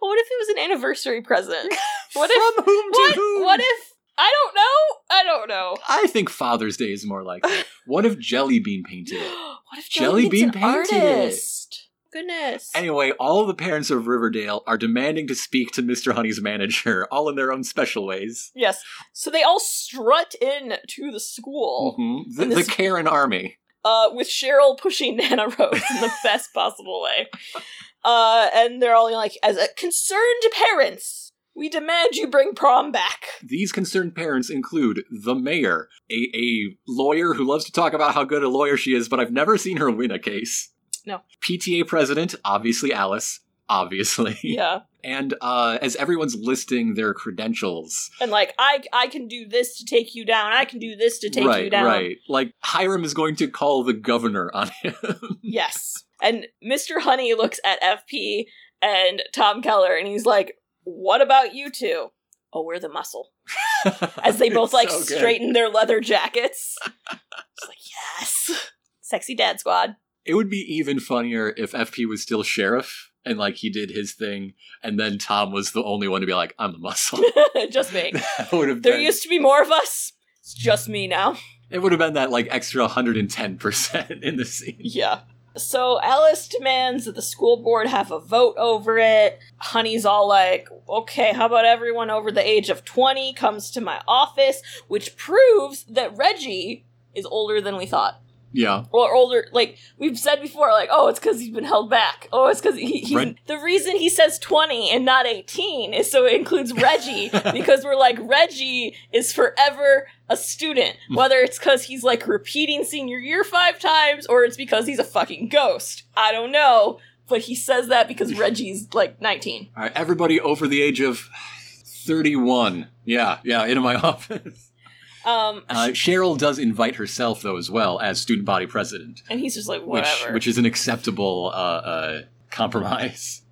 Speaker 2: Well, what if it was an anniversary present? What if?
Speaker 3: From whom to
Speaker 2: What?
Speaker 3: whom?
Speaker 2: What if? I don't know. I don't know.
Speaker 3: I think Father's Day is more like that. What if Jelly Bean painted it?
Speaker 2: what if
Speaker 3: Jelly
Speaker 2: Jelly Bean's
Speaker 3: Bean
Speaker 2: an
Speaker 3: painted it.
Speaker 2: artist? Goodness.
Speaker 3: Anyway, all the parents of Riverdale are demanding to speak to Mr. Honey's manager, all in their own special ways.
Speaker 2: Yes. So they all strut in to the school,
Speaker 3: Mhm. The,
Speaker 2: Mm-hmm. And this-
Speaker 3: the Karen Army.
Speaker 2: uh,
Speaker 3: Mm-hmm.
Speaker 2: with Cheryl pushing Nana Rose in the best possible way. Uh, and they're all like, as a concerned parents, we demand you bring prom back.
Speaker 3: These concerned parents include the mayor, a, a lawyer who loves to talk about how good a lawyer she is, but I've never seen her win a case.
Speaker 2: No.
Speaker 3: PTA president, obviously Alice, obviously.
Speaker 2: Yeah.
Speaker 3: And uh, as everyone's listing their credentials,
Speaker 2: And like, I I can do this to take you down. I can do this to take
Speaker 3: right,
Speaker 2: you down.
Speaker 3: right. Like Hiram is going to call the governor on him.
Speaker 2: Yes. And Mr. Honey looks at FP and Tom Keller and he's like, what about you two? Oh, we're the muscle. as they both
Speaker 3: It's
Speaker 2: like
Speaker 3: so good.
Speaker 2: straighten their leather jackets. It's like yes, sexy dad squad.
Speaker 3: It would be even funnier if FP was still sheriff and like he did his thing, and then Tom was the only one to be like, "I'm the muscle."
Speaker 2: just me.
Speaker 3: that would have
Speaker 2: There
Speaker 3: been.
Speaker 2: used to be more of us. It's just me now.
Speaker 3: it would have been that like extra 110 percent in the scene.
Speaker 2: Yeah. So Alice demands that the school board have a vote over it. Honey's all like, okay, how about everyone over the age of 20 comes to my office? Which proves that Reggie is older than we thought.
Speaker 3: Yeah.
Speaker 2: Or older, like we've said before, like, oh, it's because he's been held back. Oh, it's because he, he
Speaker 3: Reg-
Speaker 2: the reason he says 20 and not 18 is so it includes Reggie, because we're like, Reggie is forever a student, whether it's because he's like repeating senior year five times or it's because he's a fucking ghost. I don't know, but he says that because Reggie's like 19.
Speaker 3: All right. Everybody over the age of 31. Yeah. Yeah. Into my office.
Speaker 2: Um,
Speaker 3: Uh, Cheryl does invite herself, though, as well as student body president.
Speaker 2: and he's just like,
Speaker 3: which
Speaker 2: whatever.
Speaker 3: which is an acceptable uh, uh, compromise.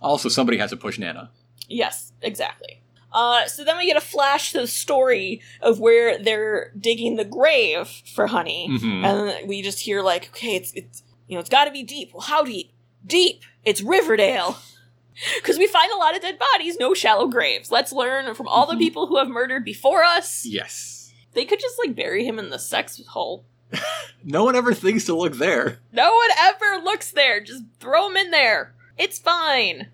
Speaker 3: Also, somebody has to push Nana.
Speaker 2: Yes, exactly. Uh, so then we get a flash to the story of where they're digging the grave for Honey,
Speaker 3: Mhm.
Speaker 2: and we just hear like, okay, it's it's you know it's got to be deep. Well, how deep? Deep. It's Riverdale. Because we find a lot of dead bodies, no shallow graves. Let's learn from all the
Speaker 3: Mhm.
Speaker 2: people who have murdered before us.
Speaker 3: Yes.
Speaker 2: They could just like bury him in the sex hole.
Speaker 3: No one ever thinks to look there.
Speaker 2: No one ever looks there. Just throw them in there. It's fine.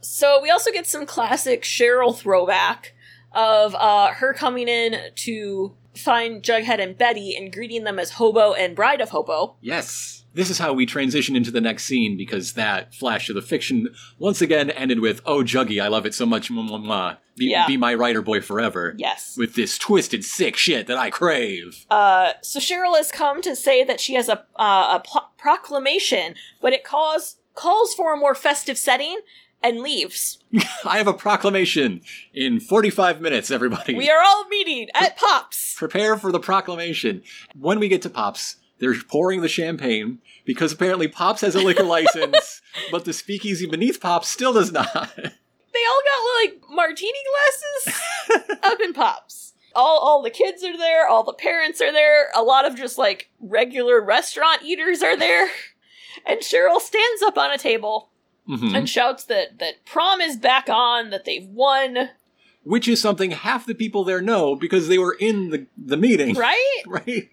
Speaker 2: So we also get some classic Cheryl throwback of uh, her coming in to find Jughead and Betty and greeting them as Hobo and Bride of Hobo.
Speaker 3: Yes. This is how we transition into the next scene because that flash of the fiction once again ended with "Oh Juggy, I love it so much, mwah, mwah, mwah. Be,
Speaker 2: Yeah.
Speaker 3: be my writer boy forever."
Speaker 2: Yes.
Speaker 3: With this twisted, sick shit that I crave.
Speaker 2: Uh, so Cheryl has come to say that she has a uh, a pl- proclamation, but it calls calls for a more festive setting and leaves.
Speaker 3: I have a proclamation in 45 minutes, everybody.
Speaker 2: We are all meeting at Pops.
Speaker 3: prepare for the proclamation. When we get to Pops, they're pouring the champagne because apparently Pops has a liquor license, but the speakeasy beneath Pops still does not.
Speaker 2: They
Speaker 3: Mm-hmm.
Speaker 2: all got like martini glasses up in Pops. All all the kids are there. All the parents are there. A lot of just like regular restaurant eaters are there. And Cheryl stands up on a table
Speaker 3: Mhm.
Speaker 2: and shouts that that prom is back on. That they've won.
Speaker 3: Which is something half the people there know because they were in the, the meeting.
Speaker 2: Right?
Speaker 3: Right?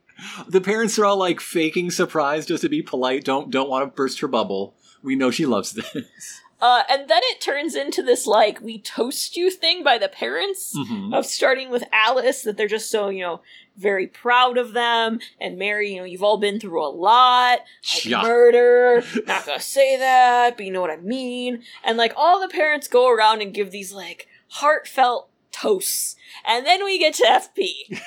Speaker 3: The parents are all like faking surprise just to be polite, don't don't want to burst her bubble. We know she loves this.
Speaker 2: Uh, and then it turns into this like we toast you thing by the parents
Speaker 3: Mhm.
Speaker 2: of starting with Alice that they're just so you know very proud of them and Mary you know you've all been through a lot like
Speaker 3: Yeah.
Speaker 2: murder not gonna say that but you know what I mean and like all the parents go around and give these like heartfelt toasts and then we get to FP.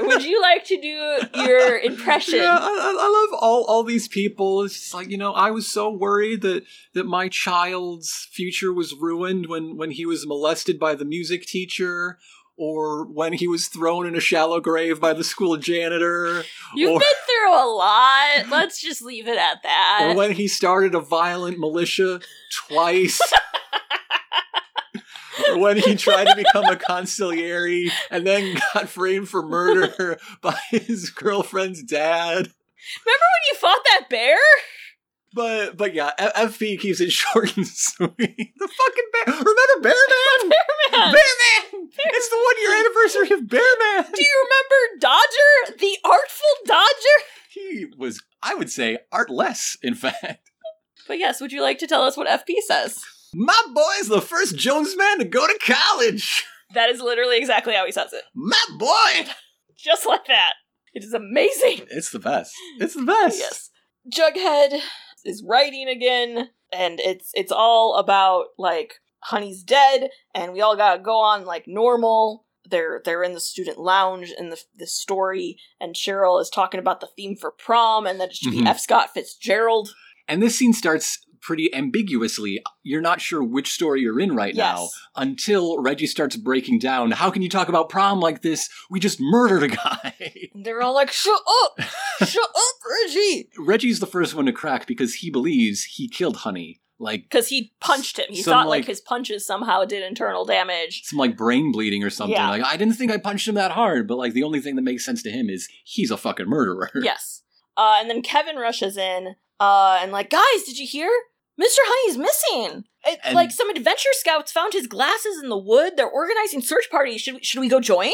Speaker 2: Would you like to do your impression?
Speaker 3: Yeah, I- I, I love all, all these people. It's just like you know, I was so worried that that my child's future was ruined when when he was molested by the music teacher, or when he was thrown in a shallow grave by the school janitor,
Speaker 2: You've
Speaker 3: or-
Speaker 2: been through a lot. Let's just leave it at that.
Speaker 3: or when he started a violent militia twice. or when he tried to become a conciliary and then got framed for murder by his girlfriend's dad.
Speaker 2: Remember when you fought that bear?
Speaker 3: But but yeah, F- FP keeps it short and sweet. The fucking bear. Remember Bear Man?
Speaker 2: Bear Man!
Speaker 3: Bear Man. It's the one year anniversary of Bear Man.
Speaker 2: Do you remember Dodger? The artful Dodger?
Speaker 3: He was, I would say, artless. In fact,
Speaker 2: But yes, would you like to tell us what FP says?
Speaker 3: my boy's the first Jones man to go to college.
Speaker 2: That is literally exactly how he says it.
Speaker 3: My boy.
Speaker 2: Just like that. It is amazing.
Speaker 3: It's the best. It's the best.
Speaker 2: Yes. Jughead is writing again, and it's it's all about like Honey's dead, and we all gotta go on like normal. They're they're in the student lounge in the the story, and Cheryl is talking about the theme for prom, and that it should
Speaker 3: Mhm.
Speaker 2: be F. Scott Fitzgerald.
Speaker 3: And this scene starts pretty ambiguously. You're not sure which story you're in right now
Speaker 2: Yes.
Speaker 3: until Reggie starts breaking down. How can you talk about prom like this? We just murdered a guy.
Speaker 2: And they're all like, "Shut up, shut up, Reggie,"
Speaker 3: Reggie's the first one to crack because he believes he killed Honey. Like
Speaker 2: because he punched him. He
Speaker 3: Some,
Speaker 2: thought like,
Speaker 3: like-
Speaker 2: his punches somehow did internal damage.
Speaker 3: some like brain bleeding or something.
Speaker 2: Yeah.
Speaker 3: Like I didn't think I punched him that hard, but like the only thing that makes sense to him is he's a fucking murderer.
Speaker 2: Yes. Uh, and then Kevin rushes in uh, and like, guys, did you hear? Mr. Honey's missing. It,
Speaker 3: And-
Speaker 2: like some adventure scouts found his glasses in the wood. They're organizing search parties. Should we, should we go join?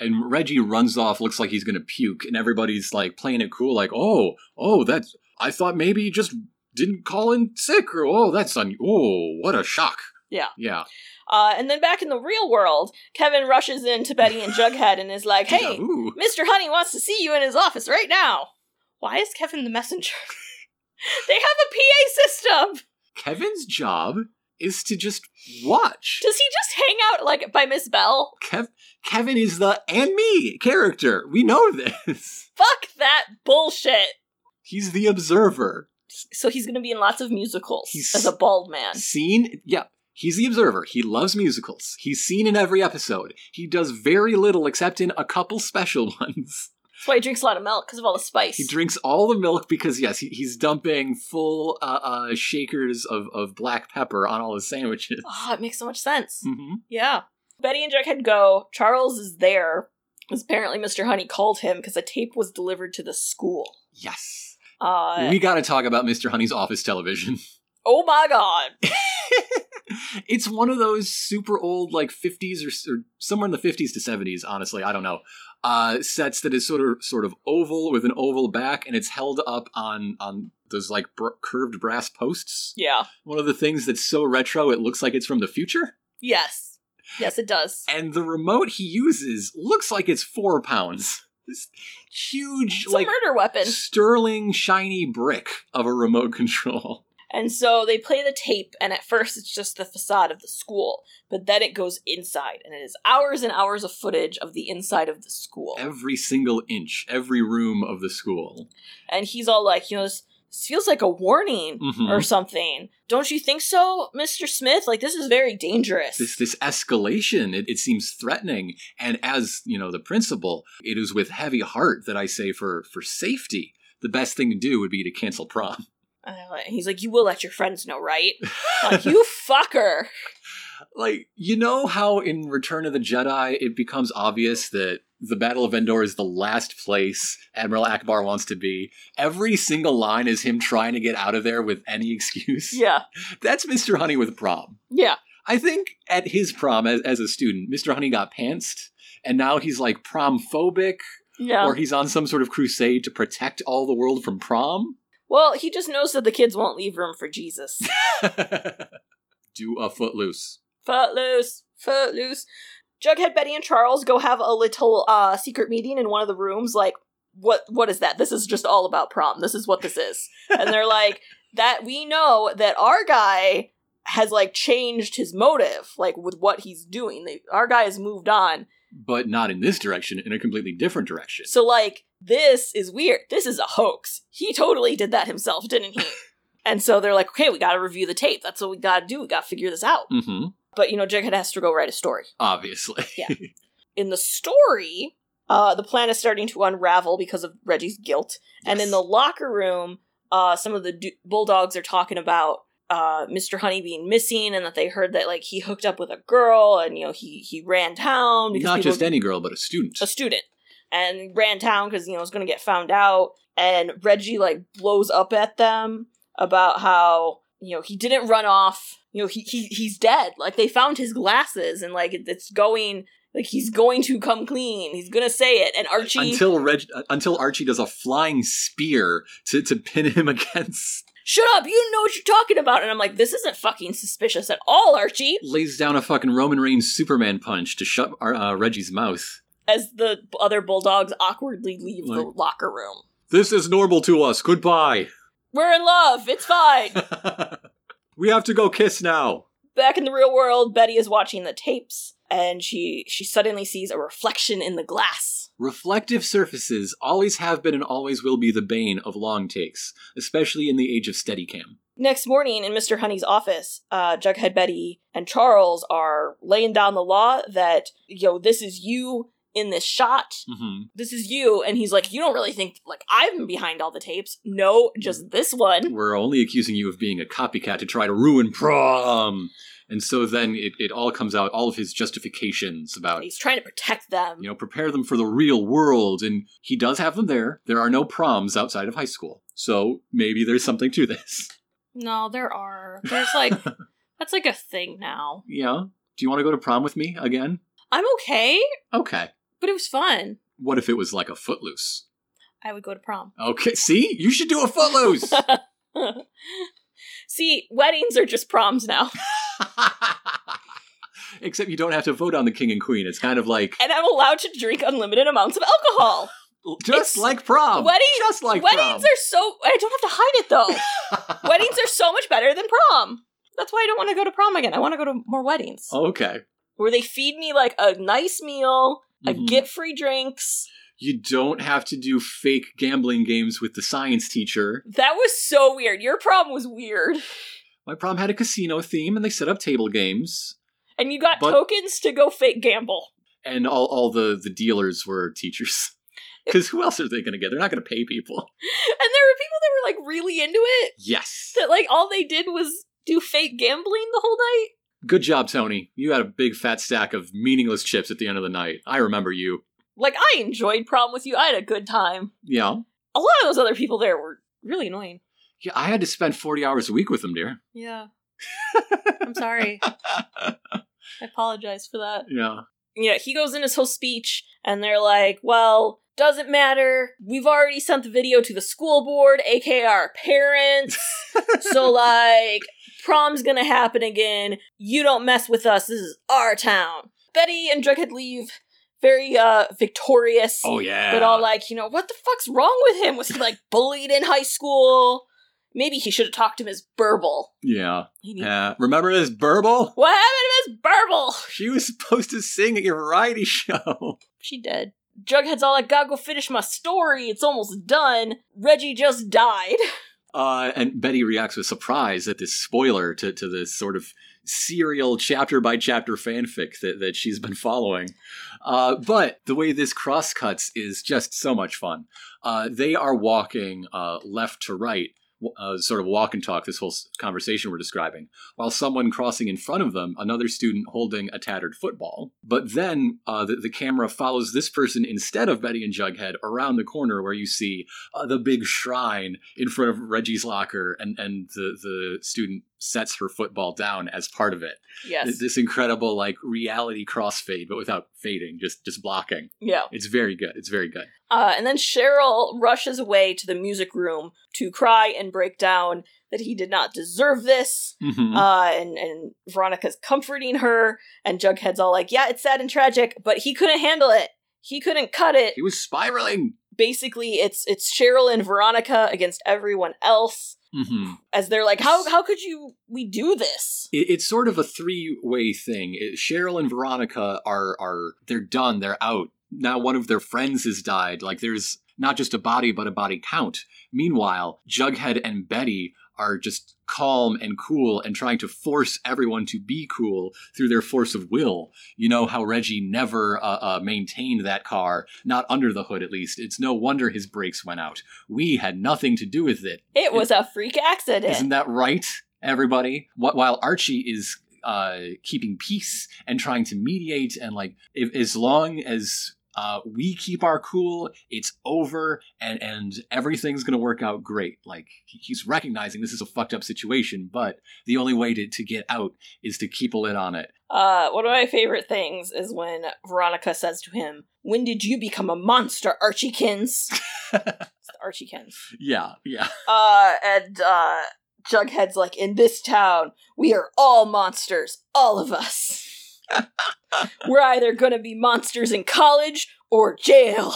Speaker 3: And Reggie runs off, looks like he's gonna puke, and everybody's like playing it cool, like, oh, oh, that's I thought maybe you just didn't call in sick or oh that's un oh what a shock.
Speaker 2: Yeah.
Speaker 3: Yeah.
Speaker 2: Uh, and then back in the real world, Kevin rushes into Betty and Jughead and is like,
Speaker 3: Deja
Speaker 2: hey,
Speaker 3: vu.
Speaker 2: Mr. Honey wants to see you in his office right now. Why is Kevin the messenger? they have a PA system.
Speaker 3: Kevin's job is to just watch.
Speaker 2: Does he just hang out like by Miss Bell?
Speaker 3: Kev- Kevin is the and me character. We know this.
Speaker 2: Fuck that bullshit.
Speaker 3: He's the observer.
Speaker 2: So he's going to be in lots of musicals
Speaker 3: He's-
Speaker 2: as a bald man.
Speaker 3: Seen, yeah, he's the observer. He loves musicals. He's seen in every episode. He does very little except in a couple special ones.
Speaker 2: That's why he drinks a lot of milk because of all the spice.
Speaker 3: He drinks all the milk because, yes, he, he's dumping full uh, uh, shakers of, of black pepper on all his sandwiches.
Speaker 2: Ah, it makes so much sense.
Speaker 3: hmm
Speaker 2: Yeah. Betty and Jughead go. Charles is there. 'cause Apparently, Mr. Honey called him because a tape was delivered to the school.
Speaker 3: Yes.
Speaker 2: Uh,
Speaker 3: we got to talk about Mr. Honey's office television.
Speaker 2: oh my god.
Speaker 3: it's one of those super old like 50s or, or somewhere in the 50s to 70s honestly i don't know uh sets that is sort of sort of oval with an oval back and it's held up on on those like br- curved brass posts
Speaker 2: Yeah.
Speaker 3: one of the things that's so retro it looks like it's from the future
Speaker 2: Yes. Yes, it does.
Speaker 3: and the remote he uses looks like it's four pounds this huge
Speaker 2: It's
Speaker 3: like
Speaker 2: a murder weapon.
Speaker 3: sterling shiny brick of a remote control
Speaker 2: And so they play the tape, and at first it's just the facade of the school, but then it goes inside, and it is hours and hours of footage of the inside of the school.
Speaker 3: every single inch every room of the school
Speaker 2: And he's all like, you know, this, this feels like a warning
Speaker 3: Mhm.
Speaker 2: or something. Don't you think so, Mr. Smith? Like, this is very dangerous.
Speaker 3: this this escalation it, it seems threatening and as you know the principal it is with heavy heart that i say for for safety the best thing to do would be to cancel prom
Speaker 2: And I'm like- he's like, you will let your friends know, right? like, you fucker.
Speaker 3: like you know how in return of the jedi it becomes obvious that the battle of endor is the last place admiral akbar wants to be every single line is him trying to get out of there with any excuse
Speaker 2: Yeah.
Speaker 3: that's mr honey with prom
Speaker 2: Yeah.
Speaker 3: I think at his prom as, as a student, Mr. Honey got pantsed, and now he's like prom phobic,
Speaker 2: Yeah.
Speaker 3: or he's on some sort of crusade to protect all the world from prom.
Speaker 2: well, he just knows that the kids won't leave room for Jesus.
Speaker 3: Do a footloose.
Speaker 2: Footloose, footloose. Jughead, Betty, and Charles go have a little uh, secret meeting in one of the rooms. Like, what? What is that? This is just all about prom. This is what this is. And they're like, that we know that our guy has like changed his motive, like with what he's doing. They, our guy has moved on.
Speaker 3: But not in this direction, in a completely different direction.
Speaker 2: So like, this is weird. This is a hoax. He totally did that himself, didn't he? and so they're like, okay, we got to review the tape. That's what we got to do. We got to figure this out.
Speaker 3: hmm
Speaker 2: But you know, Jughead has to go write a story.
Speaker 3: Obviously.
Speaker 2: in the story, uh, the plan is starting to unravel because of Reggie's guilt. And in the locker room, uh, some of the du- bulldogs are talking about uh, Mr. Honey being missing, and that they heard that like he hooked up with a girl, and you know he he ran town because
Speaker 3: Not
Speaker 2: people-
Speaker 3: just any girl, but a student.
Speaker 2: a student and ran town because you know it's gonna get found out. And Reggie like blows up at them about how you know he didn't run off. You know he he he's dead. Like they found his glasses and like it- it's going like he's going to come clean. He's gonna say it. And Archie
Speaker 3: Until Reg, uh, until Archie does a flying spear to, to pin him against,
Speaker 2: shut up. You know what you're talking about. And I'm like this isn't fucking suspicious at all, Archie.
Speaker 3: lays down a fucking Roman Reigns Superman punch to shut our, uh, Reggie's mouth.
Speaker 2: As the other bulldogs awkwardly leave the
Speaker 3: Like-
Speaker 2: locker room.
Speaker 3: This is normal to us. Goodbye.
Speaker 2: We're in love. It's fine.
Speaker 3: we have to go kiss now.
Speaker 2: back in the real world, Betty is watching the tapes and she she suddenly sees a reflection in the glass.
Speaker 3: Reflective surfaces always have been and always will be the bane of long takes, especially in the age of Steadicam.
Speaker 2: Next morning in Mr. Honey's office, uh, Jughead Betty and Charles are laying down the law that, yo, this is you in this shot.
Speaker 3: Mm-hmm.
Speaker 2: This is you. And he's like, You don't really think like I've been behind all the tapes. No, just this one.
Speaker 3: We're only accusing you of being a copycat to try to ruin prom. And so then it, it all comes out, all of his justifications about,
Speaker 2: He's trying to protect them.
Speaker 3: you know, prepare them for the real world. And he does have them there. There are no proms outside of high school. So maybe there's something to this.
Speaker 2: No, there are. There's like that's like a thing now.
Speaker 3: Yeah. Do you want to go to prom with me again?
Speaker 2: I'm okay,
Speaker 3: Okay.
Speaker 2: but it was fun.
Speaker 3: What if it was like a footloose?
Speaker 2: I would go to prom.
Speaker 3: Okay, see, you should do a Footloose.
Speaker 2: See, weddings are just proms now.
Speaker 3: Except you don't have to vote on the king and queen. It's kind of like
Speaker 2: And I'm allowed to drink unlimited amounts of alcohol.
Speaker 3: just
Speaker 2: It's-
Speaker 3: like prom.
Speaker 2: Wedding-
Speaker 3: just like
Speaker 2: weddings
Speaker 3: prom.
Speaker 2: are so I don't have to hide it though. weddings are so much better than prom. That's why I don't want to go to prom again. I want to go to more weddings.
Speaker 3: okay.
Speaker 2: Where they feed me like a nice meal, I
Speaker 3: Mhm.
Speaker 2: get free drinks.
Speaker 3: you don't have to do fake gambling games with the science teacher.
Speaker 2: That was so weird. Your prom was weird.
Speaker 3: My prom had a casino theme, and they set up table games.
Speaker 2: And you got
Speaker 3: But-
Speaker 2: tokens to go fake gamble.
Speaker 3: And all, all the, the dealers were teachers. Because who else are they going to get? They're not going to pay people.
Speaker 2: And there were people that were like really into it.
Speaker 3: Yes.
Speaker 2: That like all they did was do fake gambling the whole night.
Speaker 3: Good job, Tony. You had a big fat stack of meaningless chips at the end of the night. I remember you.
Speaker 2: Like I enjoyed prom with you. I had a good time.
Speaker 3: Yeah.
Speaker 2: A lot of those other people there were really annoying.
Speaker 3: Yeah, I had to spend 40 hours a week with them, dear.
Speaker 2: Yeah. I'm sorry. I apologize for that.
Speaker 3: Yeah.
Speaker 2: Yeah, he goes in his whole speech and they're like, well, doesn't matter. We've already sent the video to the school board, aka our parents. so, like, prom's gonna happen again. You don't mess with us. This is our town. Betty and Jughead leave very uh victorious.
Speaker 3: Oh, yeah.
Speaker 2: But all like, you know, what the fuck's wrong with him? Was he like bullied in high school? Maybe he should have talked to Miss Burble.
Speaker 3: yeah.
Speaker 2: He need-
Speaker 3: Yeah. Remember this burble?
Speaker 2: What happened to Miss Burble?
Speaker 3: She was supposed to sing at your variety show.
Speaker 2: She dead. Jughead's all like, gotta go finish my story. It's almost done. Reggie just died.
Speaker 3: Uh, and Betty reacts with surprise at this spoiler to, to this sort of serial chapter by chapter fanfic that, that she's been following. Uh, but the way this crosscuts is just so much fun. Uh, they are walking uh, left to right, w- uh, sort of walk and talk, this whole s- conversation we're describing, while someone crossing in front of them, another student holding a tattered football. But then uh, the, the camera follows this person instead of Betty and Jughead around the corner where you see uh, the big shrine in front of Reggie's locker, and and the the student sets her football down as part of it.
Speaker 2: Yes.
Speaker 3: This incredible like reality crossfade, but without fading, just just blocking.
Speaker 2: yeah.
Speaker 3: It's very good. It's very good.
Speaker 2: Uh, and then Cheryl rushes away to the music room to cry and break down that he did not deserve this.
Speaker 3: Mhm.
Speaker 2: Uh, and, and Veronica's comforting her. And Jughead's all like, yeah, it's sad and tragic, but he couldn't handle it. He couldn't cut it.
Speaker 3: he was spiraling.
Speaker 2: Basically, it's it's Cheryl and Veronica against everyone else
Speaker 3: hmm
Speaker 2: as they're like, how how could you we do this?
Speaker 3: It, it's sort of a three way thing. It- Cheryl and Veronica are are they're done. They're out now. One of their friends has died. Like there's not just a body, but a body count. Meanwhile, Jughead and Betty are just calm and cool and trying to force everyone to be cool through their force of will. You know how Reggie never uh, uh, maintained that car, not under the hood at least. It's no wonder his brakes went out. We had nothing to do with it.
Speaker 2: It was a freak accident.
Speaker 3: Isn't that right, everybody? Wh- While Archie is uh, keeping peace and trying to mediate, and like, if, as long as uh, we keep our cool, it's over, and and everything's gonna work out great. Like he- he's recognizing this is a fucked up situation, but the only way to to get out is to keep a lid on it.
Speaker 2: Uh, one of my favorite things is when Veronica says to him, "When did you become a monster, Archiekins?" it's the Archiekins.
Speaker 3: Yeah, yeah.
Speaker 2: Uh, and uh, Jughead's like, "In this town, we are all monsters, all of us. We're either gonna be monsters in college or jail."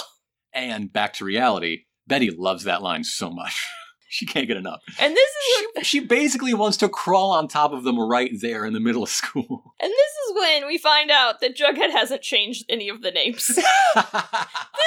Speaker 3: And back to reality. Betty loves that line so much. She can't get enough.
Speaker 2: And this is
Speaker 3: She, she basically wants to crawl on top of them right there in the middle of school.
Speaker 2: and this is when we find out that Jughead hasn't changed any of the names. this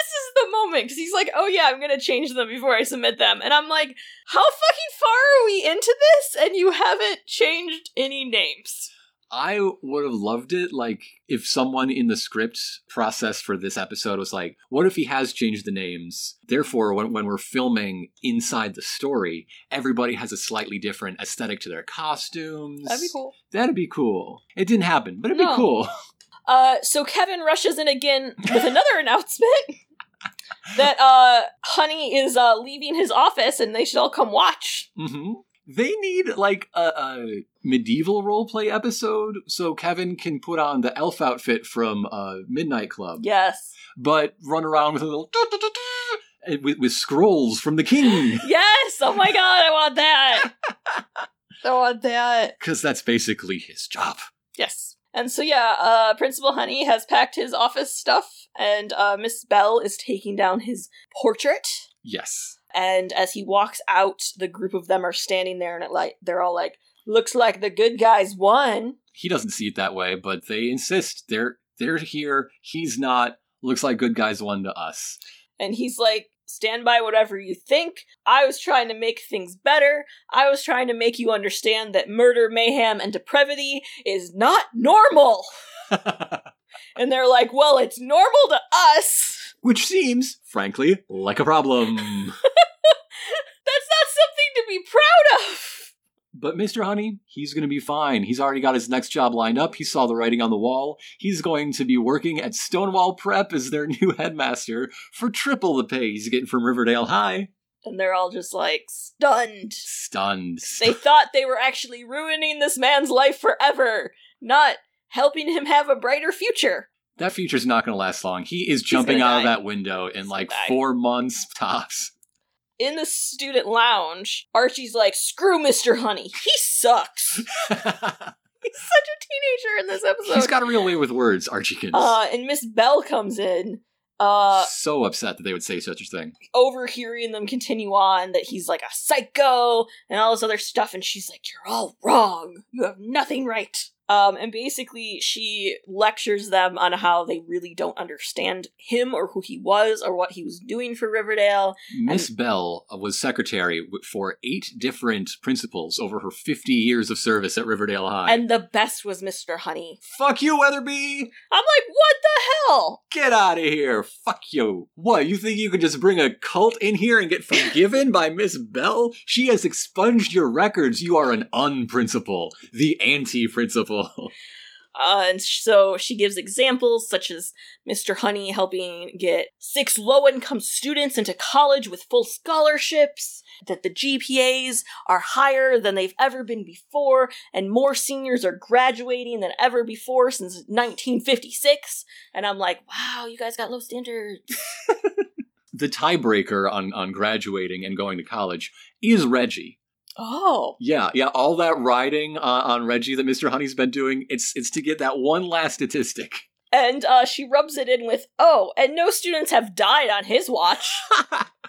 Speaker 2: is the moment because he's like, oh yeah, I'm gonna change them before I submit them, and I'm like, how fucking far are we into this, and you haven't changed any names?
Speaker 3: I would have loved it, like, if someone in the script process for this episode was like, what if he has changed the names? Therefore, when, when we're filming inside the story, everybody has a slightly different aesthetic to their costumes.
Speaker 2: cool.
Speaker 3: That'd be cool. It didn't happen, but it'd
Speaker 2: No.
Speaker 3: be cool.
Speaker 2: Uh, so Kevin rushes in again with another announcement that uh, Honey is uh leaving his office, and they should all come watch.
Speaker 3: hmm They need, like, a, a medieval roleplay episode so Kevin can put on the elf outfit from uh, Midnight Club.
Speaker 2: Yes.
Speaker 3: but run around with a little uh, with, with scrolls from the king.
Speaker 2: yes! Oh my god, I want that! I want that.
Speaker 3: Because that's basically his job.
Speaker 2: Yes. And so, yeah, uh, Principal Honey has packed his office stuff, and uh, Miss Bell is taking down his portrait.
Speaker 3: Yes.
Speaker 2: And as he walks out, the group of them are standing there, and it like they're all like, "Looks like the good guys won."
Speaker 3: He doesn't see it that way, but they insist. They're they're here. He's not. Looks like good guys won to us.
Speaker 2: And he's like, "Stand by whatever you think. I was trying to make things better. I was trying to make you understand that murder, mayhem, and depravity is not normal." And they're like, "Well, it's normal to us."
Speaker 3: Which seems, frankly, like a problem.
Speaker 2: That's not something to be proud of.
Speaker 3: but Mr. Honey, he's going to be fine. He's already got his next job lined up. He saw the writing on the wall. He's going to be working at Stonewall Prep as their new headmaster for triple the pay he's getting from Riverdale High.
Speaker 2: And they're all just like stunned.
Speaker 3: Stunned.
Speaker 2: They thought they were actually ruining this man's life forever, not helping him have a brighter future.
Speaker 3: That future's not going to last long. He is jumping
Speaker 2: gonna
Speaker 3: out of
Speaker 2: die.
Speaker 3: that window in
Speaker 2: He's
Speaker 3: like
Speaker 2: gonna die.
Speaker 3: four months tops.
Speaker 2: In the student lounge, Archie's like, screw Mr. Honey. He sucks. He's such a teenager in this episode.
Speaker 3: he's got a real way with words, Archiekins.
Speaker 2: uh, and Miss Bell comes in, uh,
Speaker 3: so upset that they would say such a thing.
Speaker 2: overhearing them continue on that he's like a psycho and all this other stuff, and she's like, You're all wrong. You have nothing right. Um, and basically, she lectures them on how they really don't understand him or who he was or what he was doing for Riverdale.
Speaker 3: Miss Bell uh, was secretary w- for eight different principals over her 50 years of service at Riverdale High.
Speaker 2: And the best was Mr. Honey.
Speaker 3: fuck you, Weatherby!
Speaker 2: I'm like, What the hell?
Speaker 3: Get out of here! Fuck you! What, you think you can just bring a cult in here and get forgiven by Miss Bell? She has expunged your records. You are an unprinciple, the anti principal.
Speaker 2: Uh, and so she gives examples such as Mr. Honey helping get six low income students into college with full scholarships, that the GPAs are higher than they've ever been before, and more seniors are graduating than ever before since 1956. And I'm like, wow, you guys got low standards.
Speaker 3: the tiebreaker on, on graduating and going to college is Reggie.
Speaker 2: Oh.
Speaker 3: Yeah, yeah. All that riding uh, on Reggie that Mr. Honey's been doing, it's it's to get that one last statistic.
Speaker 2: And uh, she rubs it in with, oh, and no students have died on his watch,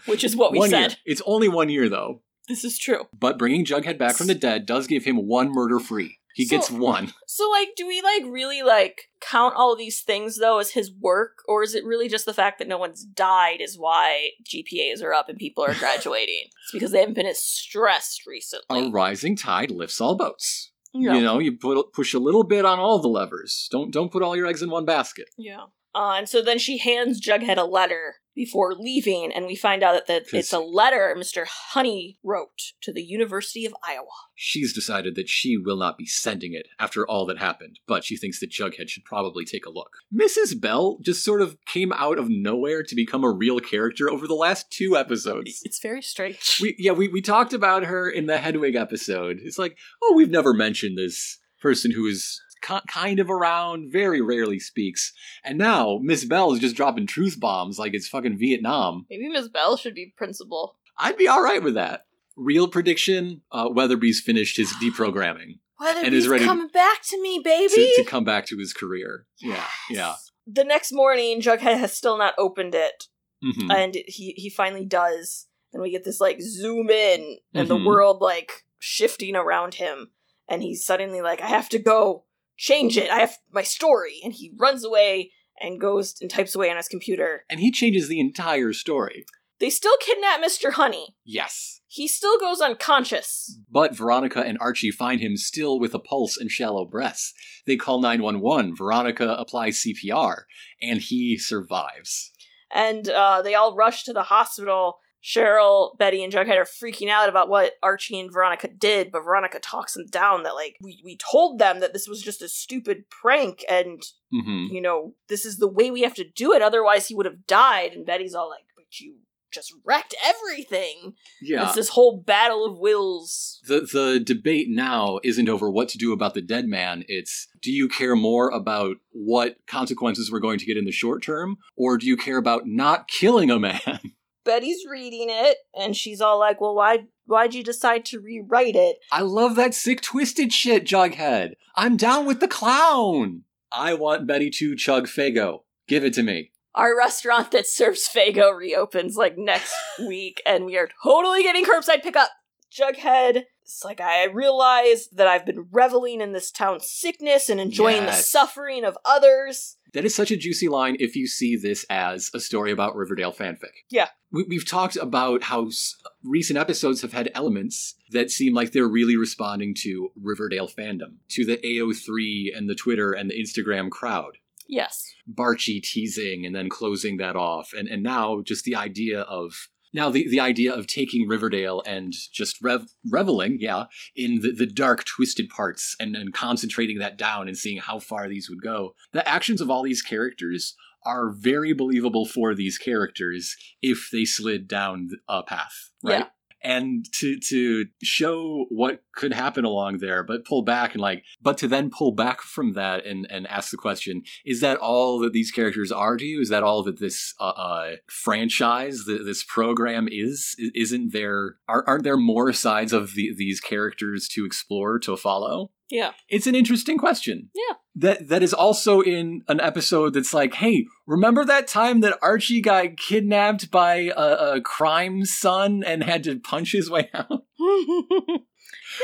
Speaker 2: which is what we
Speaker 3: one
Speaker 2: said.
Speaker 3: year. It's only one year though.
Speaker 2: This is true.
Speaker 3: But bringing Jughead back from the dead does give him one murder free. He
Speaker 2: So-
Speaker 3: gets one.
Speaker 2: So like do we like really like count all these things though as his work or is it really just the fact that no one's died is why GPAs are up and people are graduating? it's because they haven't been as stressed recently.
Speaker 3: A rising tide lifts all boats.
Speaker 2: yeah.
Speaker 3: You know, you put push a little bit on all the levers. Don't don't put all your eggs in one basket.
Speaker 2: Yeah. Uh, and so then she hands Jughead a letter before leaving and we find out that the, it's a letter Mr. Honey wrote to the University of Iowa.
Speaker 3: She's decided that she will not be sending it after all that happened, but she thinks that Jughead should probably take a look. Mrs. Bell just sort of came out of nowhere to become a real character over the last two episodes.
Speaker 2: It's very strange.
Speaker 3: We yeah, we, we talked about her in the Hedwig episode. It's like, oh, we've never mentioned this person who is ki kind of around, very rarely speaks, and now Miss Bell is just dropping truth bombs like it's fucking Vietnam.
Speaker 2: Maybe Miss Bell should be principal.
Speaker 3: I'd be all right with that. Real prediction: uh, Weatherby's finished his deprogramming
Speaker 2: Whether
Speaker 3: And is
Speaker 2: he's
Speaker 3: ready to-
Speaker 2: coming back to me, baby.
Speaker 3: to, to come back to his career. Yeah, yeah.
Speaker 2: The next morning, Jughead has still not opened it,
Speaker 3: Mhm.
Speaker 2: and he he finally does, and we get this like zoom in and
Speaker 3: Mhm.
Speaker 2: the world like shifting around him, and he's suddenly like, I have to go change it. I have my story, and he runs away and goes and types away on his computer.
Speaker 3: and he changes the entire story.
Speaker 2: They still kidnap Mr. Honey.
Speaker 3: Yes,
Speaker 2: He still goes unconscious.
Speaker 3: but Veronica and Archie find him still with a pulse and shallow breaths. They call nine one one. Veronica applies CPR, and he survives.
Speaker 2: and uh, they all rush to the hospital. Cheryl, Betty, and Jughead are freaking out about what Archie and Veronica did, but Veronica talks them down that, like, we, we told them that this was just a stupid prank, and,
Speaker 3: hmm
Speaker 2: you know, this is the way we have to do it, otherwise he would have died. And Betty's all like, but you just wrecked everything.
Speaker 3: Yeah.
Speaker 2: It's this whole battle of wills.
Speaker 3: The, the debate now isn't over what to do about the dead man. It's do you care more about what consequences we're going to get in the short term, or do you care about not killing a man?
Speaker 2: Betty's reading it, and she's all like, "Well, why why'd you decide to rewrite it?"
Speaker 3: I love that sick twisted shit, Jughead. I'm down with the clown. I want Betty to chug Fago. Give it to me.
Speaker 2: Our restaurant that serves Fago reopens like next week, and we are totally getting curbside pickup. Jughead, it's like I realized that I've been reveling in this town's sickness and enjoying the
Speaker 3: Yes.
Speaker 2: suffering of others.
Speaker 3: That is such a juicy line if you see this as a story about Riverdale fanfic.
Speaker 2: Yeah.
Speaker 3: We, we've talked about how s- recent episodes have had elements that seem like they're really responding to Riverdale fandom, to the AO3 and the Twitter and the Instagram crowd.
Speaker 2: Yes.
Speaker 3: Barchi teasing and then closing that off. And and now just the idea of now the, the idea of taking Riverdale and just rev- reveling, yeah, in the, the dark, twisted parts and, and concentrating that down and seeing how far these would go. The actions of all these characters are very believable for these characters if they slid down a path, right?
Speaker 2: Yeah.
Speaker 3: And to to show what could happen along there, but pull back and like, but to then pull back from that and and ask the question: Is that all that these characters are to you? Is that all that this uh, uh, franchise, th- this program is? I- Isn't there are aren't there more sides of the, these characters to explore to follow?
Speaker 2: Yeah.
Speaker 3: It's an interesting question.
Speaker 2: Yeah.
Speaker 3: That that is also in an episode that's like, hey, remember that time that Archie got kidnapped by a, a crime son and had to punch his way out?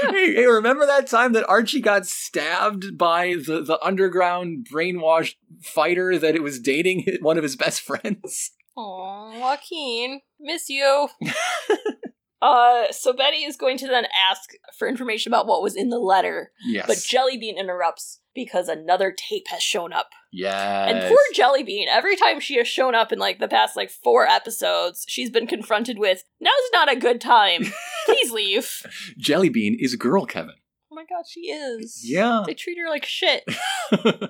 Speaker 3: Hey, hey, remember that time that Archie got stabbed by the, the underground brainwashed fighter that it was dating one of his best friends?
Speaker 2: Aw, Joaquin, miss you. uh, so Betty is going to then ask for information about what was in the letter,
Speaker 3: Yes.
Speaker 2: but Jellybean interrupts because another tape has shown up.
Speaker 3: yes.
Speaker 2: And poor Jellybean, every time she has shown up in like the past like four episodes, she's been confronted with, "Now's not a good time. Please leave."
Speaker 3: Jellybean is a girl, Kevin.
Speaker 2: oh my god, she is.
Speaker 3: Yeah.
Speaker 2: They treat her like shit. uh,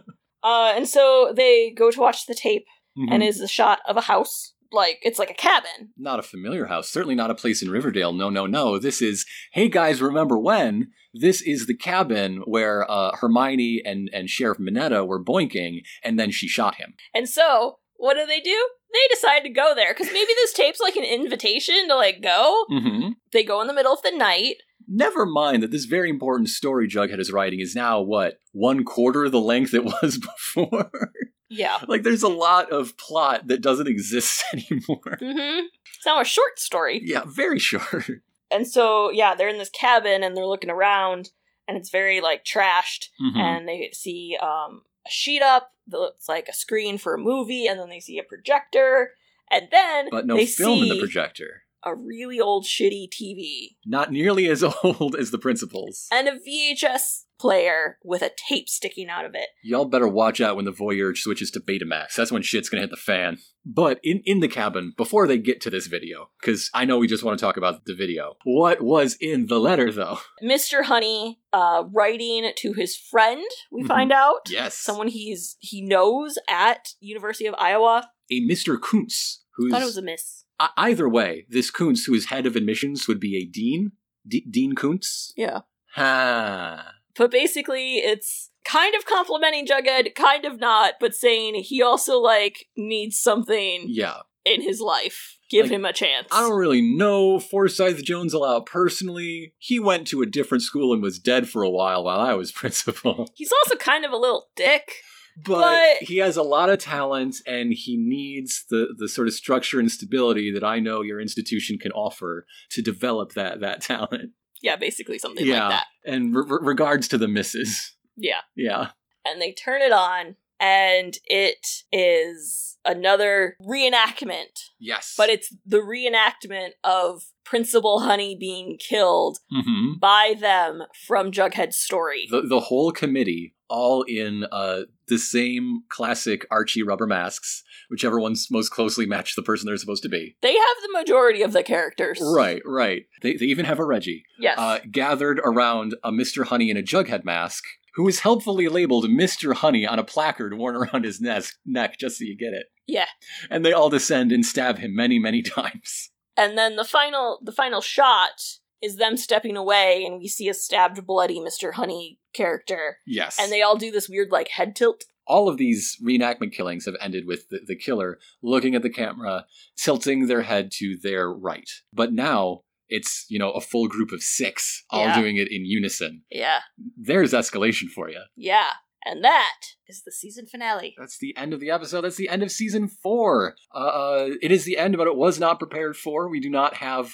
Speaker 2: and so they go to watch the tape,
Speaker 3: Mm-hmm.
Speaker 2: and is a shot of a house. Like it's like a cabin,
Speaker 3: not a familiar house, certainly not a place in Riverdale. No, no, no. This is, hey guys, remember when? This is the cabin where uh, Hermione and, and Sheriff Minetta were boinking, and then she shot him.
Speaker 2: And so, what do they do? They decide to go there because maybe this tape's like an invitation to like go.
Speaker 3: Mm-hmm.
Speaker 2: They go in the middle of the night.
Speaker 3: Never mind that this very important story Jughead is writing is now, what, one quarter the length it was before?
Speaker 2: Yeah.
Speaker 3: like, there's a lot of plot that doesn't exist anymore.
Speaker 2: Mm-hmm. It's now a short story.
Speaker 3: Yeah, very short.
Speaker 2: And so, yeah, they're in this cabin and they're looking around, and it's very like trashed.
Speaker 3: Mhm.
Speaker 2: And they see um, a sheet up that looks like a screen for a movie, and then they see a projector, and then
Speaker 3: But no
Speaker 2: they
Speaker 3: film
Speaker 2: see
Speaker 3: in the projector.
Speaker 2: a really old shitty TV
Speaker 3: Not nearly as old as the principals.
Speaker 2: and a VHS player with a tape sticking out of it.
Speaker 3: Y'all better watch out when the Voyeur switches to Betamax. That's when shit's gonna hit the fan. But in, in the cabin, before they get to this video, because I know we just want to talk about the video. What was in the letter, though?
Speaker 2: Mr. Honey uh, writing to his friend, we
Speaker 3: Mhm.
Speaker 2: find out.
Speaker 3: Yes,
Speaker 2: Someone he's he knows at University of Iowa.
Speaker 3: a Mr. Kuntz, who's
Speaker 2: Thought it was a miss.
Speaker 3: I- either way, this Kuntz, who is head of admissions, would be a dean, D- Dean Kuntz.
Speaker 2: Yeah.
Speaker 3: Ha.
Speaker 2: But basically it's kind of complimenting Jughead, kind of not, but saying he also like needs something
Speaker 3: Yeah,
Speaker 2: in his life. Give
Speaker 3: Like,
Speaker 2: him a chance.
Speaker 3: I don't really know Forsyth Jones a lot personally. He went to a different school and was dead for a while while I was principal.
Speaker 2: He's also kind of a little dick.
Speaker 3: but
Speaker 2: But-
Speaker 3: he has a lot of talent and he needs the the sort of structure and stability that I know your institution can offer to develop that that talent.
Speaker 2: Yeah, basically something
Speaker 3: Yeah.
Speaker 2: like that.
Speaker 3: And re- re- regards to the misses.
Speaker 2: Yeah.
Speaker 3: Yeah.
Speaker 2: and they turn it on and it is another reenactment
Speaker 3: Yes.
Speaker 2: but it's the reenactment of principal honey being killed
Speaker 3: hmm
Speaker 2: by them from jughead's story
Speaker 3: the the whole committee all in uh the same classic Archie rubber masks, whichever ones most closely match the person they're supposed to be.
Speaker 2: they have the majority of the characters
Speaker 3: Right, right. They they even have a Reggie.
Speaker 2: yes
Speaker 3: uh, gathered around a Mr. Honey in a Jughead mask, who is helpfully labeled Mr. Honey on a placard worn around his nes- neck, just so you get it.
Speaker 2: Yeah.
Speaker 3: And they all descend and stab him many, many times.
Speaker 2: and then the final the final shot is them stepping away and we see a stabbed bloody mr honey character
Speaker 3: Yes.
Speaker 2: and they all do this weird like head tilt
Speaker 3: all of these reenactment killings have ended with the, the killer looking at the camera, tilting their head to their right. But now it's, you know, a full group of six all
Speaker 2: Yeah.
Speaker 3: doing it in unison.
Speaker 2: Yeah.
Speaker 3: There's escalation for you.
Speaker 2: Yeah. And that is the season finale.
Speaker 3: That's the end of the episode. That's the end of season four. Uh, it is the end, but it was not prepared for. We do not have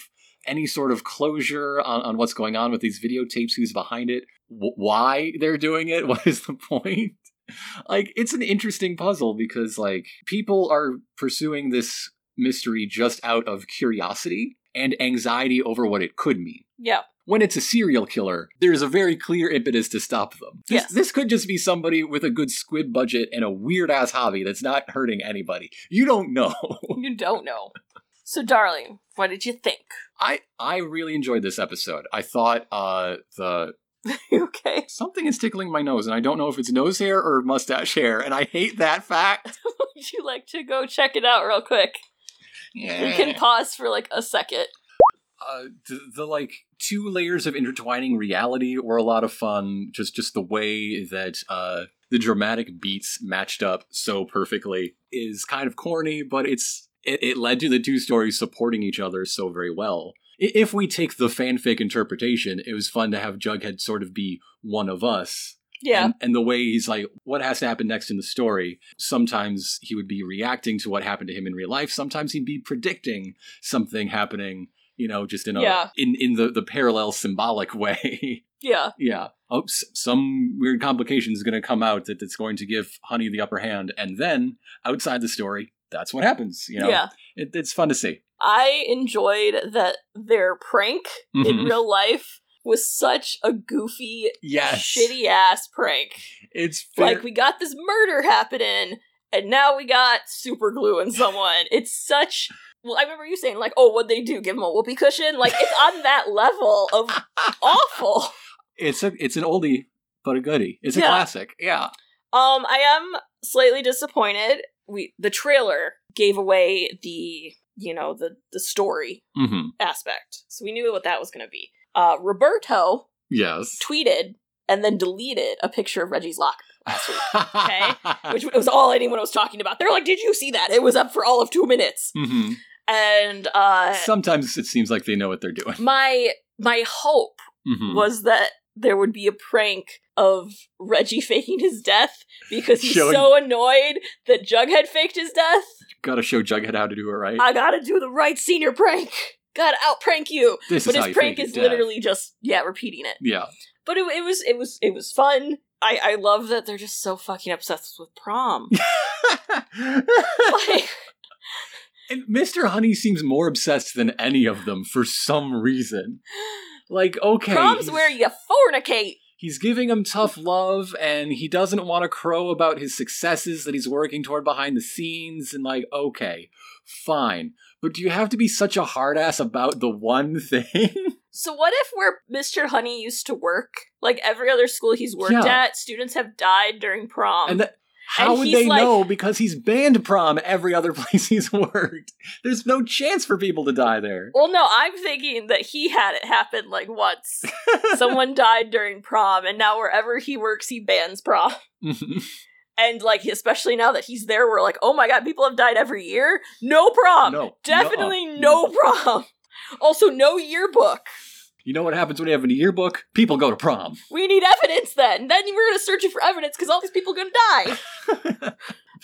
Speaker 3: any sort of closure on, on what's going on with these videotapes, who's behind it, wh- why they're doing it, what is the point? Like, it's an interesting puzzle because, like, people are pursuing this mystery just out of curiosity and anxiety over what it could mean
Speaker 2: Yeah.
Speaker 3: when it's a serial killer, there's a very clear impetus to stop them. This,
Speaker 2: Yes.
Speaker 3: this could just be somebody with a good squid budget and a weird ass hobby that's not hurting anybody. You don't know.
Speaker 2: You don't know. So, darling, what did you think?
Speaker 3: I I really enjoyed this episode. I thought uh the
Speaker 2: You okay?
Speaker 3: something is tickling my nose and I don't know if it's nose hair or mustache hair and I hate that fact.
Speaker 2: Would you like to go check it out real quick? We
Speaker 3: Eh.
Speaker 2: can pause for like a second.
Speaker 3: uh, the, the like two layers of intertwining reality were a lot of fun. Just just the way that uh, the dramatic beats matched up so perfectly is kind of corny, but it's it, it led to the two stories supporting each other so very well. I- If we take the fanfic interpretation, it was fun to have Jughead sort of be one of us
Speaker 2: Yeah.
Speaker 3: and, and the way he's like, what has to happen next in the story? Sometimes he would be reacting to what happened to him in real life. Sometimes he'd be predicting something happening, you know, just in a
Speaker 2: Yeah.
Speaker 3: in, in the, the parallel symbolic way.
Speaker 2: yeah.
Speaker 3: yeah. Oh, s- some weird complication is going to come out that that's going to give Honey the upper hand. And then outside the story, that's what happens. You know,
Speaker 2: Yeah.
Speaker 3: it, it's fun to see.
Speaker 2: I enjoyed that their prank in
Speaker 3: Mhm.
Speaker 2: real life was such a goofy,
Speaker 3: Yes.
Speaker 2: shitty ass prank.
Speaker 3: It's fair-
Speaker 2: Like, we got this murder happening, and now we got super gluing someone. It's such. Well, I remember you saying, like, oh, what'd they do? Give him a whoopee cushion? Like, it's on that level of awful.
Speaker 3: it's a it's an oldie but a goodie. It's a
Speaker 2: Yeah.
Speaker 3: classic. Yeah.
Speaker 2: Um, I am slightly disappointed. We the trailer gave away the you know the the story
Speaker 3: Mm-hmm.
Speaker 2: aspect, so we knew what that was going to be. Uh, Roberto
Speaker 3: Yes.
Speaker 2: tweeted and then deleted a picture of Reggie's locker, okay? which was all anyone was talking about. They're like, "Did you see that? It was up for all of two minutes."
Speaker 3: hmm
Speaker 2: And uh,
Speaker 3: Sometimes it seems like they know what they're doing.
Speaker 2: my my hope
Speaker 3: Mhm.
Speaker 2: was that there would be a prank of Reggie faking his death because he's
Speaker 3: Showing-
Speaker 2: so annoyed that Jughead faked his death.
Speaker 3: Gotta show Jughead how to do it right.
Speaker 2: I gotta do the right senior prank. Gotta out prank you.
Speaker 3: this
Speaker 2: but
Speaker 3: is how
Speaker 2: his
Speaker 3: you
Speaker 2: prank
Speaker 3: fake
Speaker 2: is
Speaker 3: your death.
Speaker 2: literally just yeah, repeating it.
Speaker 3: Yeah.
Speaker 2: But it, it was it was it was fun. I I love that they're just so fucking obsessed with prom. like
Speaker 3: and Mr. Honey seems more obsessed than any of them for some reason. Like, okay.
Speaker 2: prom's
Speaker 3: he's-
Speaker 2: where you fornicate.
Speaker 3: He's giving him tough love, and he doesn't want to crow about his successes that he's working toward behind the scenes. And, like, okay, fine. But do you have to be such a hard ass about the one thing?
Speaker 2: So what if where Mr. Honey used to work, like every other school he's worked
Speaker 3: Yeah.
Speaker 2: at, students have died during prom.
Speaker 3: And that, how
Speaker 2: And
Speaker 3: would
Speaker 2: he's
Speaker 3: they
Speaker 2: like-
Speaker 3: know? Because he's banned prom every other place he's worked. There's no chance for people to die there.
Speaker 2: well, no, I'm thinking that he had it happen like once. Someone died during prom, and now wherever he works, he bans prom.
Speaker 3: Mhm.
Speaker 2: And like, especially now that he's there, we're like, oh my god, people have died every year. No prom.
Speaker 3: No.
Speaker 2: Definitely
Speaker 3: Nuh-uh.
Speaker 2: no prom. Also, no yearbook.
Speaker 3: You know what happens when you have a yearbook? People go to prom.
Speaker 2: We need evidence then. Then we're gonna search it for evidence because all these people are gonna die.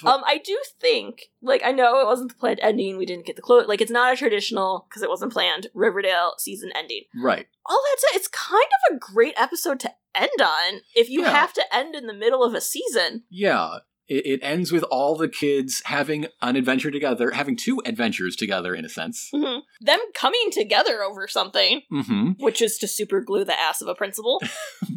Speaker 2: um, I do think, like, I know it wasn't the planned ending. We didn't get the close. Like, it's not a traditional because it wasn't planned Riverdale season ending.
Speaker 3: Right.
Speaker 2: All that said, it's kind of a great episode to end on if you
Speaker 3: Yeah.
Speaker 2: have to end in the middle of a season.
Speaker 3: Yeah. It, it ends with all the kids having an adventure together, having two adventures together, in a sense.
Speaker 2: Mhm. Them coming together over something,
Speaker 3: Mm-hmm.
Speaker 2: which is to super glue the ass of a principal.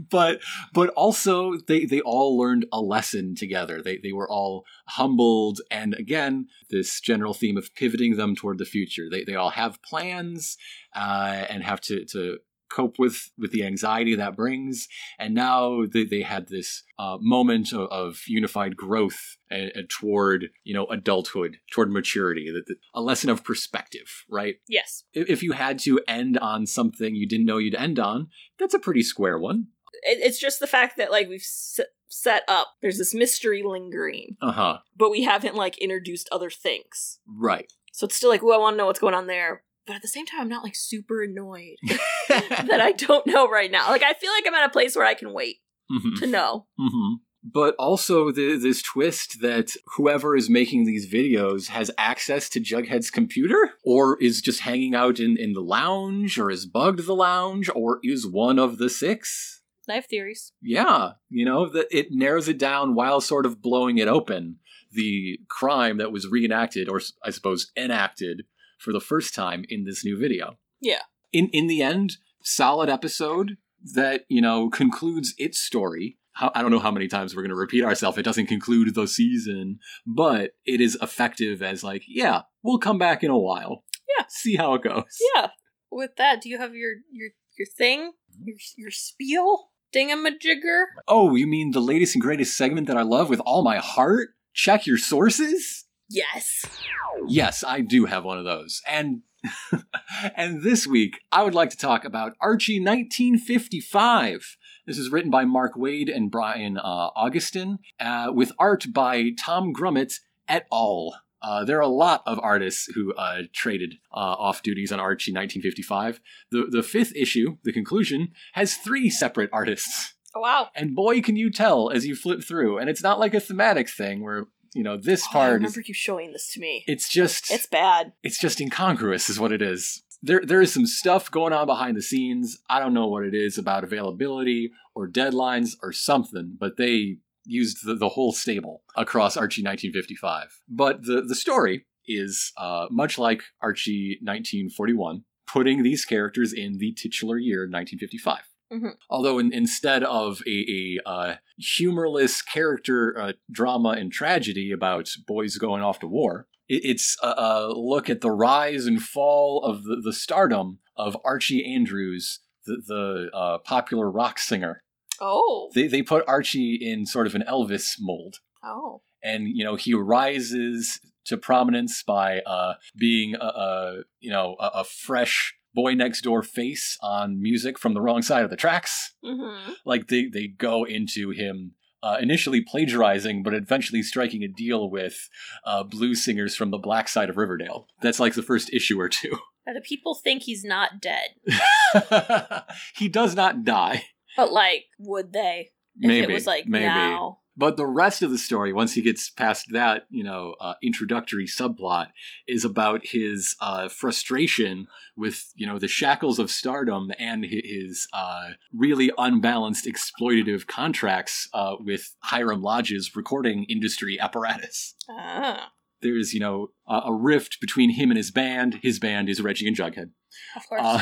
Speaker 3: But but also they they all learned a lesson together. They they were all humbled, and again this general theme of pivoting them toward the future. They they all have plans uh, and have to to cope with with the anxiety that brings. And now they, they had this uh, moment of, of unified growth and, and toward you know adulthood, toward maturity, that, that, a lesson of perspective, right?
Speaker 2: yes,
Speaker 3: If if you had to end on something you didn't know you'd end on, that's a pretty square one.
Speaker 2: it, it's just the fact that like we've s- set up. There's this mystery lingering,
Speaker 3: Uh huh.
Speaker 2: but we haven't like introduced other things.
Speaker 3: Right.
Speaker 2: So it's still like, ooh, I want to know what's going on there. But at the same time, I'm not like super annoyed that I don't know right now. Like I feel like I'm at a place where I can wait
Speaker 3: Mhm.
Speaker 2: to know.
Speaker 3: hmm But also the, this twist that whoever is making these videos has access to Jughead's computer, or is just hanging out in, in the lounge, or is bugged the lounge, or is one of the six.
Speaker 2: I have theories.
Speaker 3: Yeah, you know that it narrows it down while sort of blowing it open. The crime that was reenacted, or s- I suppose enacted, for the first time in this new video.
Speaker 2: Yeah.
Speaker 3: In in the end, solid episode that you know concludes its story. How, I don't know how many times we're going to repeat ourselves. It doesn't conclude the season, but it is effective as like, yeah, we'll come back in a while.
Speaker 2: Yeah.
Speaker 3: See how it goes.
Speaker 2: Yeah. With that, do you have your your your thing?
Speaker 3: Mm-hmm.
Speaker 2: Your your spiel? Dingamajigger?
Speaker 3: Oh, you mean the latest and greatest segment that I love with all my heart? Check your sources?
Speaker 2: Yes.
Speaker 3: Yes, I do have one of those. And and this week I would like to talk about Archie 1955. This is written by Mark Wade and Brian uh, Augustin, uh, with art by Tom Grummett et al. Uh, there are a lot of artists who uh, traded uh, off duties on Archie 1955. The the fifth issue, the conclusion, has three separate artists.
Speaker 2: Oh, wow.
Speaker 3: And boy, can you tell as you flip through. And it's not like a thematic thing where, you know, this
Speaker 2: Oh, I
Speaker 3: part is.
Speaker 2: remember you showing this to me.
Speaker 3: It's just
Speaker 2: It's bad.
Speaker 3: it's just incongruous is what it is there there is some stuff going on behind the scenes i don't know what it is about availability or deadlines or something but they used the, the whole stable across archie 1955 but the the story is uh, much like archie 1941 putting these characters in the titular year 1955
Speaker 2: Mhm.
Speaker 3: Although in, instead of a, a uh, humorless character uh, drama and tragedy about boys going off to war. It, it's a, a look at the rise and fall of the, the stardom of Archie Andrews, the, the uh, popular rock singer.
Speaker 2: Oh.
Speaker 3: They, they put Archie in sort of an Elvis mold
Speaker 2: oh.
Speaker 3: and you know he rises to prominence by uh, being a, a you know a, a fresh boy next door face on music from the wrong side of the tracks.
Speaker 2: Mm-hmm.
Speaker 3: Like they they go into him. Uh, initially plagiarizing, but eventually striking a deal with uh, blues singers from the black side of Riverdale. That's like the first issue or two.
Speaker 2: Now, the people think he's not dead,
Speaker 3: he does not die.
Speaker 2: but like, would they? If
Speaker 3: Maybe
Speaker 2: it was like
Speaker 3: maybe.
Speaker 2: now.
Speaker 3: But the rest of the story, once he gets past that, you know, uh, introductory subplot, is about his uh, frustration with, you know, the shackles of stardom and hi- his uh, really unbalanced exploitative contracts uh, with Hiram Lodge's recording industry apparatus.
Speaker 2: Ah,
Speaker 3: There is, you know, a, a rift between him and his band. His band is Reggie and Jughead.
Speaker 2: of course.
Speaker 3: Uh,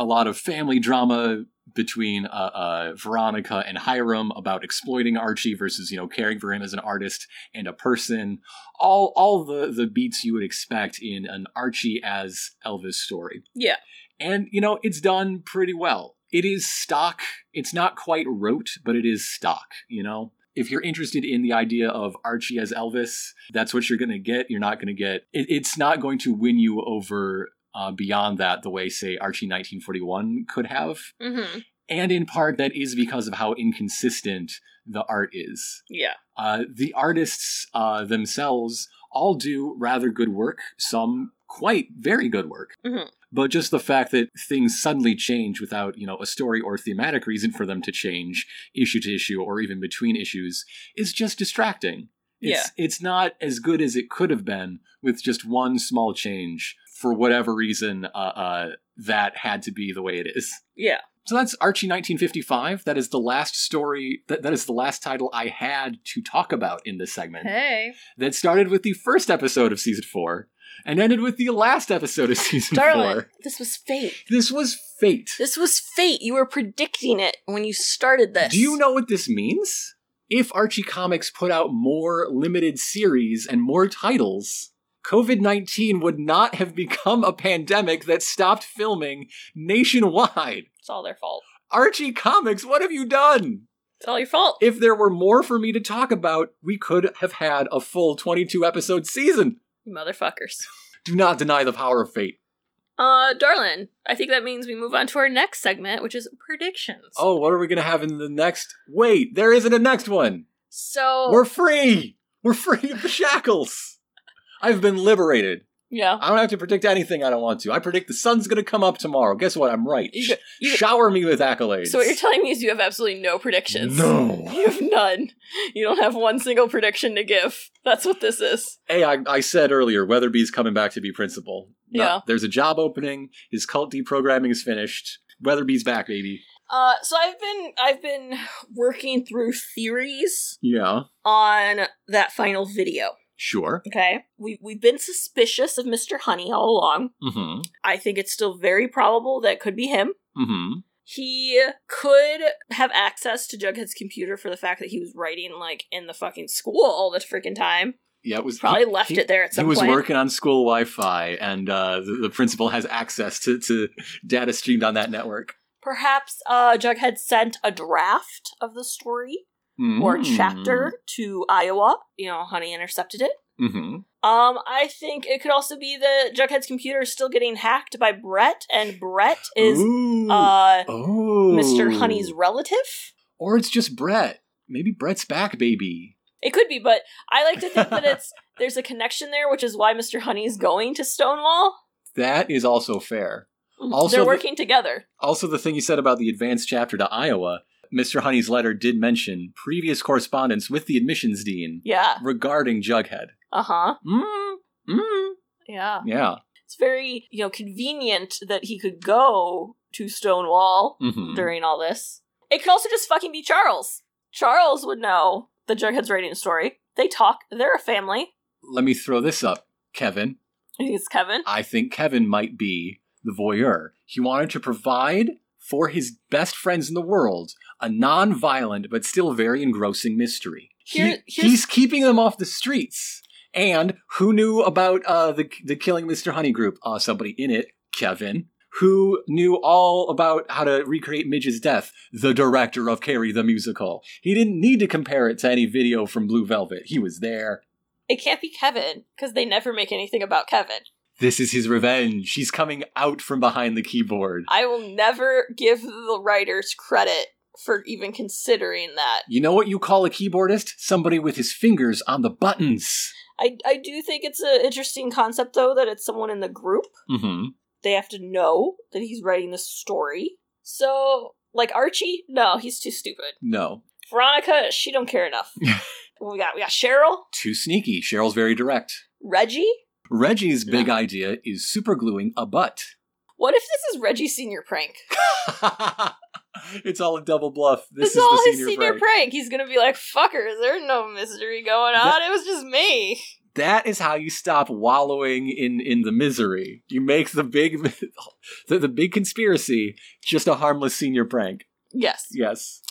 Speaker 3: a lot of family drama between uh, uh, Veronica and Hiram about exploiting Archie versus you know caring for him as an artist and a person. All all the the beats you would expect in an Archie as Elvis story.
Speaker 2: Yeah.
Speaker 3: and you know it's done pretty well. It is stock. It's not quite rote, but it is stock. You know. If you're interested in the idea of Archie as Elvis, that's what you're going to get. You're not going to get. It, it's not going to win you over uh, beyond that the way, say, Archie 1941 could have.
Speaker 2: mm-hmm.
Speaker 3: And in part, that is because of how inconsistent the art is.
Speaker 2: Yeah.
Speaker 3: Uh, the artists uh, themselves all do rather good work, some quite very good work.
Speaker 2: Mhm.
Speaker 3: But just the fact that things suddenly change without, you know, a story or thematic reason for them to change issue to issue or even between issues is just distracting. It's, it's not as good as it could have been with just one small change for whatever reason uh, uh, that had to be the way it is.
Speaker 2: Yeah.
Speaker 3: So that's Archie 1955. That is the last story, that, that is the last title I had to talk about in this segment.
Speaker 2: Hey.
Speaker 3: That started with the first episode of season four and ended with the last episode of season
Speaker 2: Darling,
Speaker 3: four.
Speaker 2: this was fate.
Speaker 3: This was fate.
Speaker 2: This was fate. You were predicting it when you started this.
Speaker 3: Do you know what this means? If Archie Comics put out more limited series and more titles, COVID 19 would not have become a pandemic that stopped filming nationwide.
Speaker 2: It's all their fault.
Speaker 3: Archie Comics, what have you done?
Speaker 2: It's all your fault.
Speaker 3: if there were more for me to talk about, we could have had a full 22 episode season.
Speaker 2: You motherfuckers.
Speaker 3: Do not deny the power of fate.
Speaker 2: Uh, Darlin, I think that means we move on to our next segment, which is predictions.
Speaker 3: Oh, what are we gonna have in the next? Wait, there isn't a next one.
Speaker 2: So
Speaker 3: We're free. We're free of the shackles. I've been liberated.
Speaker 2: yeah,
Speaker 3: I don't have to predict anything I don't want to. I predict the sun's gonna come up tomorrow. Guess what? I'm right.
Speaker 2: You- you-
Speaker 3: Shower me with accolades.
Speaker 2: so what you're telling me is you have absolutely no predictions.
Speaker 3: No.
Speaker 2: You have none. You don't have one single prediction to give. That's what this is.
Speaker 3: Hey, I, I said earlier, Weatherby's coming back to be principal. No,
Speaker 2: Yeah.
Speaker 3: There's a job opening. His cult deprogramming is finished. Weatherby's back, baby.
Speaker 2: Uh, so I've been I've been working through theories
Speaker 3: Yeah.
Speaker 2: on that final video.
Speaker 3: Sure.
Speaker 2: Okay, we we've been suspicious of Mr. Honey all along.
Speaker 3: Mm
Speaker 2: I think it's still very probable that could be him.
Speaker 3: hmm. Mm hmm.
Speaker 2: He could have access to Jughead's computer for the fact that he was writing like in the fucking school all the freaking time.
Speaker 3: Yeah, it was
Speaker 2: Probably
Speaker 3: he-
Speaker 2: left
Speaker 3: he-
Speaker 2: it there at some
Speaker 3: he was
Speaker 2: point.
Speaker 3: working on school Wi-Fi, and uh, the, the principal has access to, to data streamed on that network.
Speaker 2: Perhaps uh, Jughead sent a draft of the story or
Speaker 3: Mm.
Speaker 2: chapter to Iowa. You know, Honey intercepted it.
Speaker 3: Mhm.
Speaker 2: Um, I think it could also be that Jughead's computer is still getting hacked by Brett, and Brett is
Speaker 3: Ooh.
Speaker 2: uh
Speaker 3: oh.
Speaker 2: Mr. Honey's relative.
Speaker 3: or it's just Brett. Maybe Brett's back, baby.
Speaker 2: It could be, but I like to think that it's there's a connection there, which is why Mr. Honey's going to Stonewall.
Speaker 3: That is also fair. Also
Speaker 2: They're
Speaker 3: the-
Speaker 2: working together.
Speaker 3: Also, the thing you said about the advanced chapter to Iowa, Mr. Honey's letter did mention previous correspondence with the admissions dean
Speaker 2: Yeah.
Speaker 3: regarding Jughead.
Speaker 2: Uh huh.
Speaker 3: Mm. Mm.
Speaker 2: Yeah.
Speaker 3: Yeah.
Speaker 2: It's very you know convenient that he could go to Stonewall
Speaker 3: hmm
Speaker 2: during all this. It could also just fucking be Charles. Charles would know the Jughead's writing a story. They talk. They're a family.
Speaker 3: Let me throw this up, Kevin.
Speaker 2: I think it's Kevin.
Speaker 3: I think Kevin might be the voyeur. He wanted to provide for his best friends in the world a non-violent but still very engrossing mystery. He-
Speaker 2: Here- here's-
Speaker 3: he's keeping them off the streets. And who knew about uh, the the killing Mr. Honey group? Uh, somebody in it, Kevin. Who knew all about how to recreate Midge's death? The director of Carrie the musical. He didn't need to compare it to any video from Blue Velvet. He was there.
Speaker 2: It can't be Kevin because they never make anything about Kevin.
Speaker 3: This is his revenge. He's coming out from behind the keyboard.
Speaker 2: I will never give the writers credit for even considering that.
Speaker 3: You know what you call a keyboardist? Somebody with his fingers on the buttons.
Speaker 2: I I do think it's an interesting concept though that it's someone in the group.
Speaker 3: Mm-hmm.
Speaker 2: They have to know that he's writing this story. So like Archie, no, he's too stupid.
Speaker 3: No.
Speaker 2: Veronica, she don't care enough. we got we got Cheryl,
Speaker 3: Too sneaky. Cheryl's very direct.
Speaker 2: Reggie.
Speaker 3: Reggie's
Speaker 2: Yeah.
Speaker 3: big idea is supergluing a butt.
Speaker 2: What if this is Reggie's senior prank?
Speaker 3: it's all a double bluff. This
Speaker 2: This,
Speaker 3: is
Speaker 2: is all
Speaker 3: the
Speaker 2: his
Speaker 3: senior,
Speaker 2: senior
Speaker 3: break.
Speaker 2: prank. He's gonna be like, "Fuckers, there's no mystery going on.
Speaker 3: That-
Speaker 2: it was just me."
Speaker 3: That is how you stop wallowing in in the misery. You make the big the, the big conspiracy just a harmless senior prank.
Speaker 2: Yes,
Speaker 3: Yes.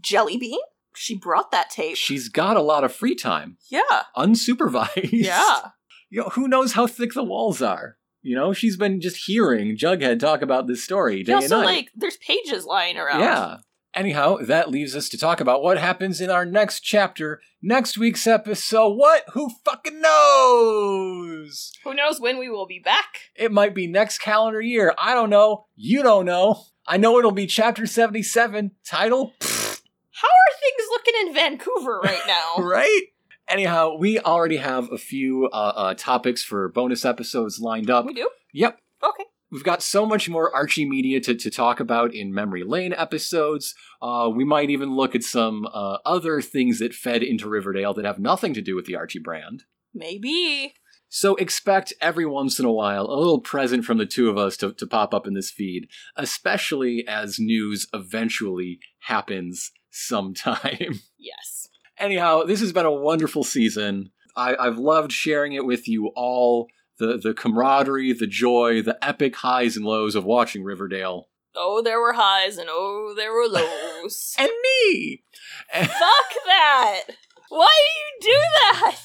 Speaker 2: Jelly Bean. She brought that tape.
Speaker 3: She's got a lot of free time,
Speaker 2: yeah,
Speaker 3: unsupervised.
Speaker 2: yeah.
Speaker 3: you know, who knows how thick the walls are? You know, she's been just hearing Jughead talk about this story day
Speaker 2: And also,
Speaker 3: and night.
Speaker 2: like, there's pages lying around.
Speaker 3: yeah. Anyhow, that leaves us to talk about what happens in our next chapter, next week's episode. What? Who fucking knows?
Speaker 2: Who knows when we will be back?
Speaker 3: It might be next calendar year. I don't know. You don't know. I know it'll be chapter 77, title,
Speaker 2: How are things looking in Vancouver right now?
Speaker 3: right? Anyhow, we already have a few uh, uh, topics for bonus episodes lined up.
Speaker 2: we do?
Speaker 3: Yep.
Speaker 2: Okay.
Speaker 3: We've got so much more Archie media to, to talk about in Memory Lane episodes. Uh, we might even look at some uh, other things that fed into Riverdale that have nothing to do with the Archie brand.
Speaker 2: Maybe.
Speaker 3: So expect every once in a while a little present from the two of us to, to pop up in this feed, especially as news eventually happens sometime.
Speaker 2: Yes.
Speaker 3: Anyhow, this has been a wonderful season. I, I've loved sharing it with you all. The the camaraderie, the joy, the epic highs and lows of watching Riverdale.
Speaker 2: Oh, there were highs and oh, there were lows.
Speaker 3: And me!
Speaker 2: Fuck that! Why do you do that?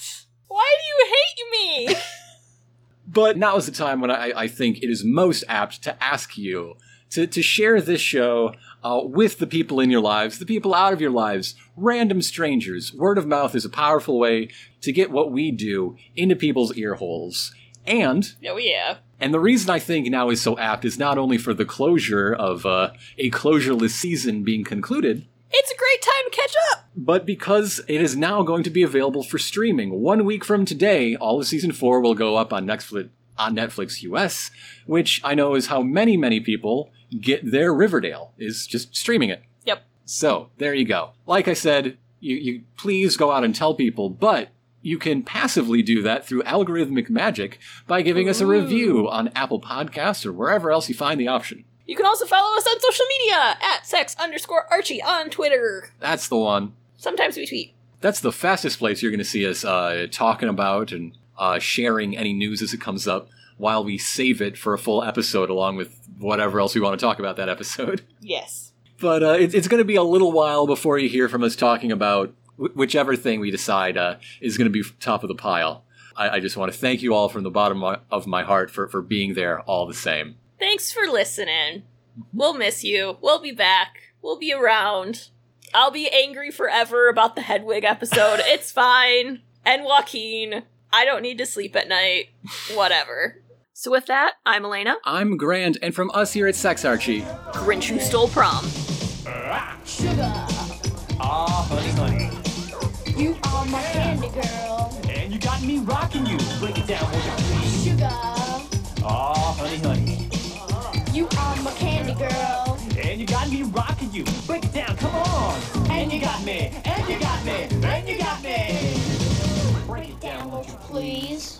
Speaker 2: Why do you hate me?
Speaker 3: But now is the time when I, I think it is most apt to ask you to, to share this show uh, with the people in your lives, the people out of your lives, random strangers. Word of mouth is a powerful way to get what we do into people's ear holes. And
Speaker 2: Oh, yeah.
Speaker 3: And the reason I think now is so apt is not only for the closure of uh, a closureless season being concluded,
Speaker 2: It's a great time to catch up.
Speaker 3: but because it is now going to be available for streaming. One week from today, all of season four will go up on Netflix, on Netflix US, which I know is how many, many people get their Riverdale, is just streaming it.
Speaker 2: Yep.
Speaker 3: So there you go. Like I said, you, you please go out and tell people, but you can passively do that through algorithmic magic by giving us a
Speaker 2: Ooh.
Speaker 3: review on Apple Podcasts or wherever else you find the option.
Speaker 2: You can also follow us on social media at sex underscore Archie on Twitter.
Speaker 3: That's the one.
Speaker 2: Sometimes we tweet.
Speaker 3: that's the fastest place you're going to see us uh, talking about and uh, sharing any news as it comes up while we save it for a full episode along with whatever else we want to talk about that episode.
Speaker 2: Yes.
Speaker 3: But uh, it, it's going to be a little while before you hear from us talking about wh- whichever thing we decide uh, is going to be top of the pile. I, I just want to thank you all from the bottom o- of my heart for, for being there all the same.
Speaker 2: Thanks for listening. We'll miss you. We'll be back. We'll be around. I'll be angry forever about the Hedwig episode. it's fine. And Joaquin. I don't need to sleep at night. Whatever. So with that, I'm Elena.
Speaker 3: I'm Grand, and from us here at Sex Archie.
Speaker 2: Grinch who stole prom.
Speaker 1: Ah,
Speaker 4: Sugar,
Speaker 1: ah, honey, honey.
Speaker 4: you are my candy girl.
Speaker 1: And you got me rocking you. Break it down, will ya?
Speaker 4: Sugar,
Speaker 1: Ah, honey, honey.
Speaker 4: you are my candy girl.
Speaker 1: And you got me rocking you. Break it down, come on. And you got me. And you got me. And you got me. Break it down,
Speaker 4: Down,
Speaker 1: will
Speaker 4: won't
Speaker 1: you
Speaker 4: you please?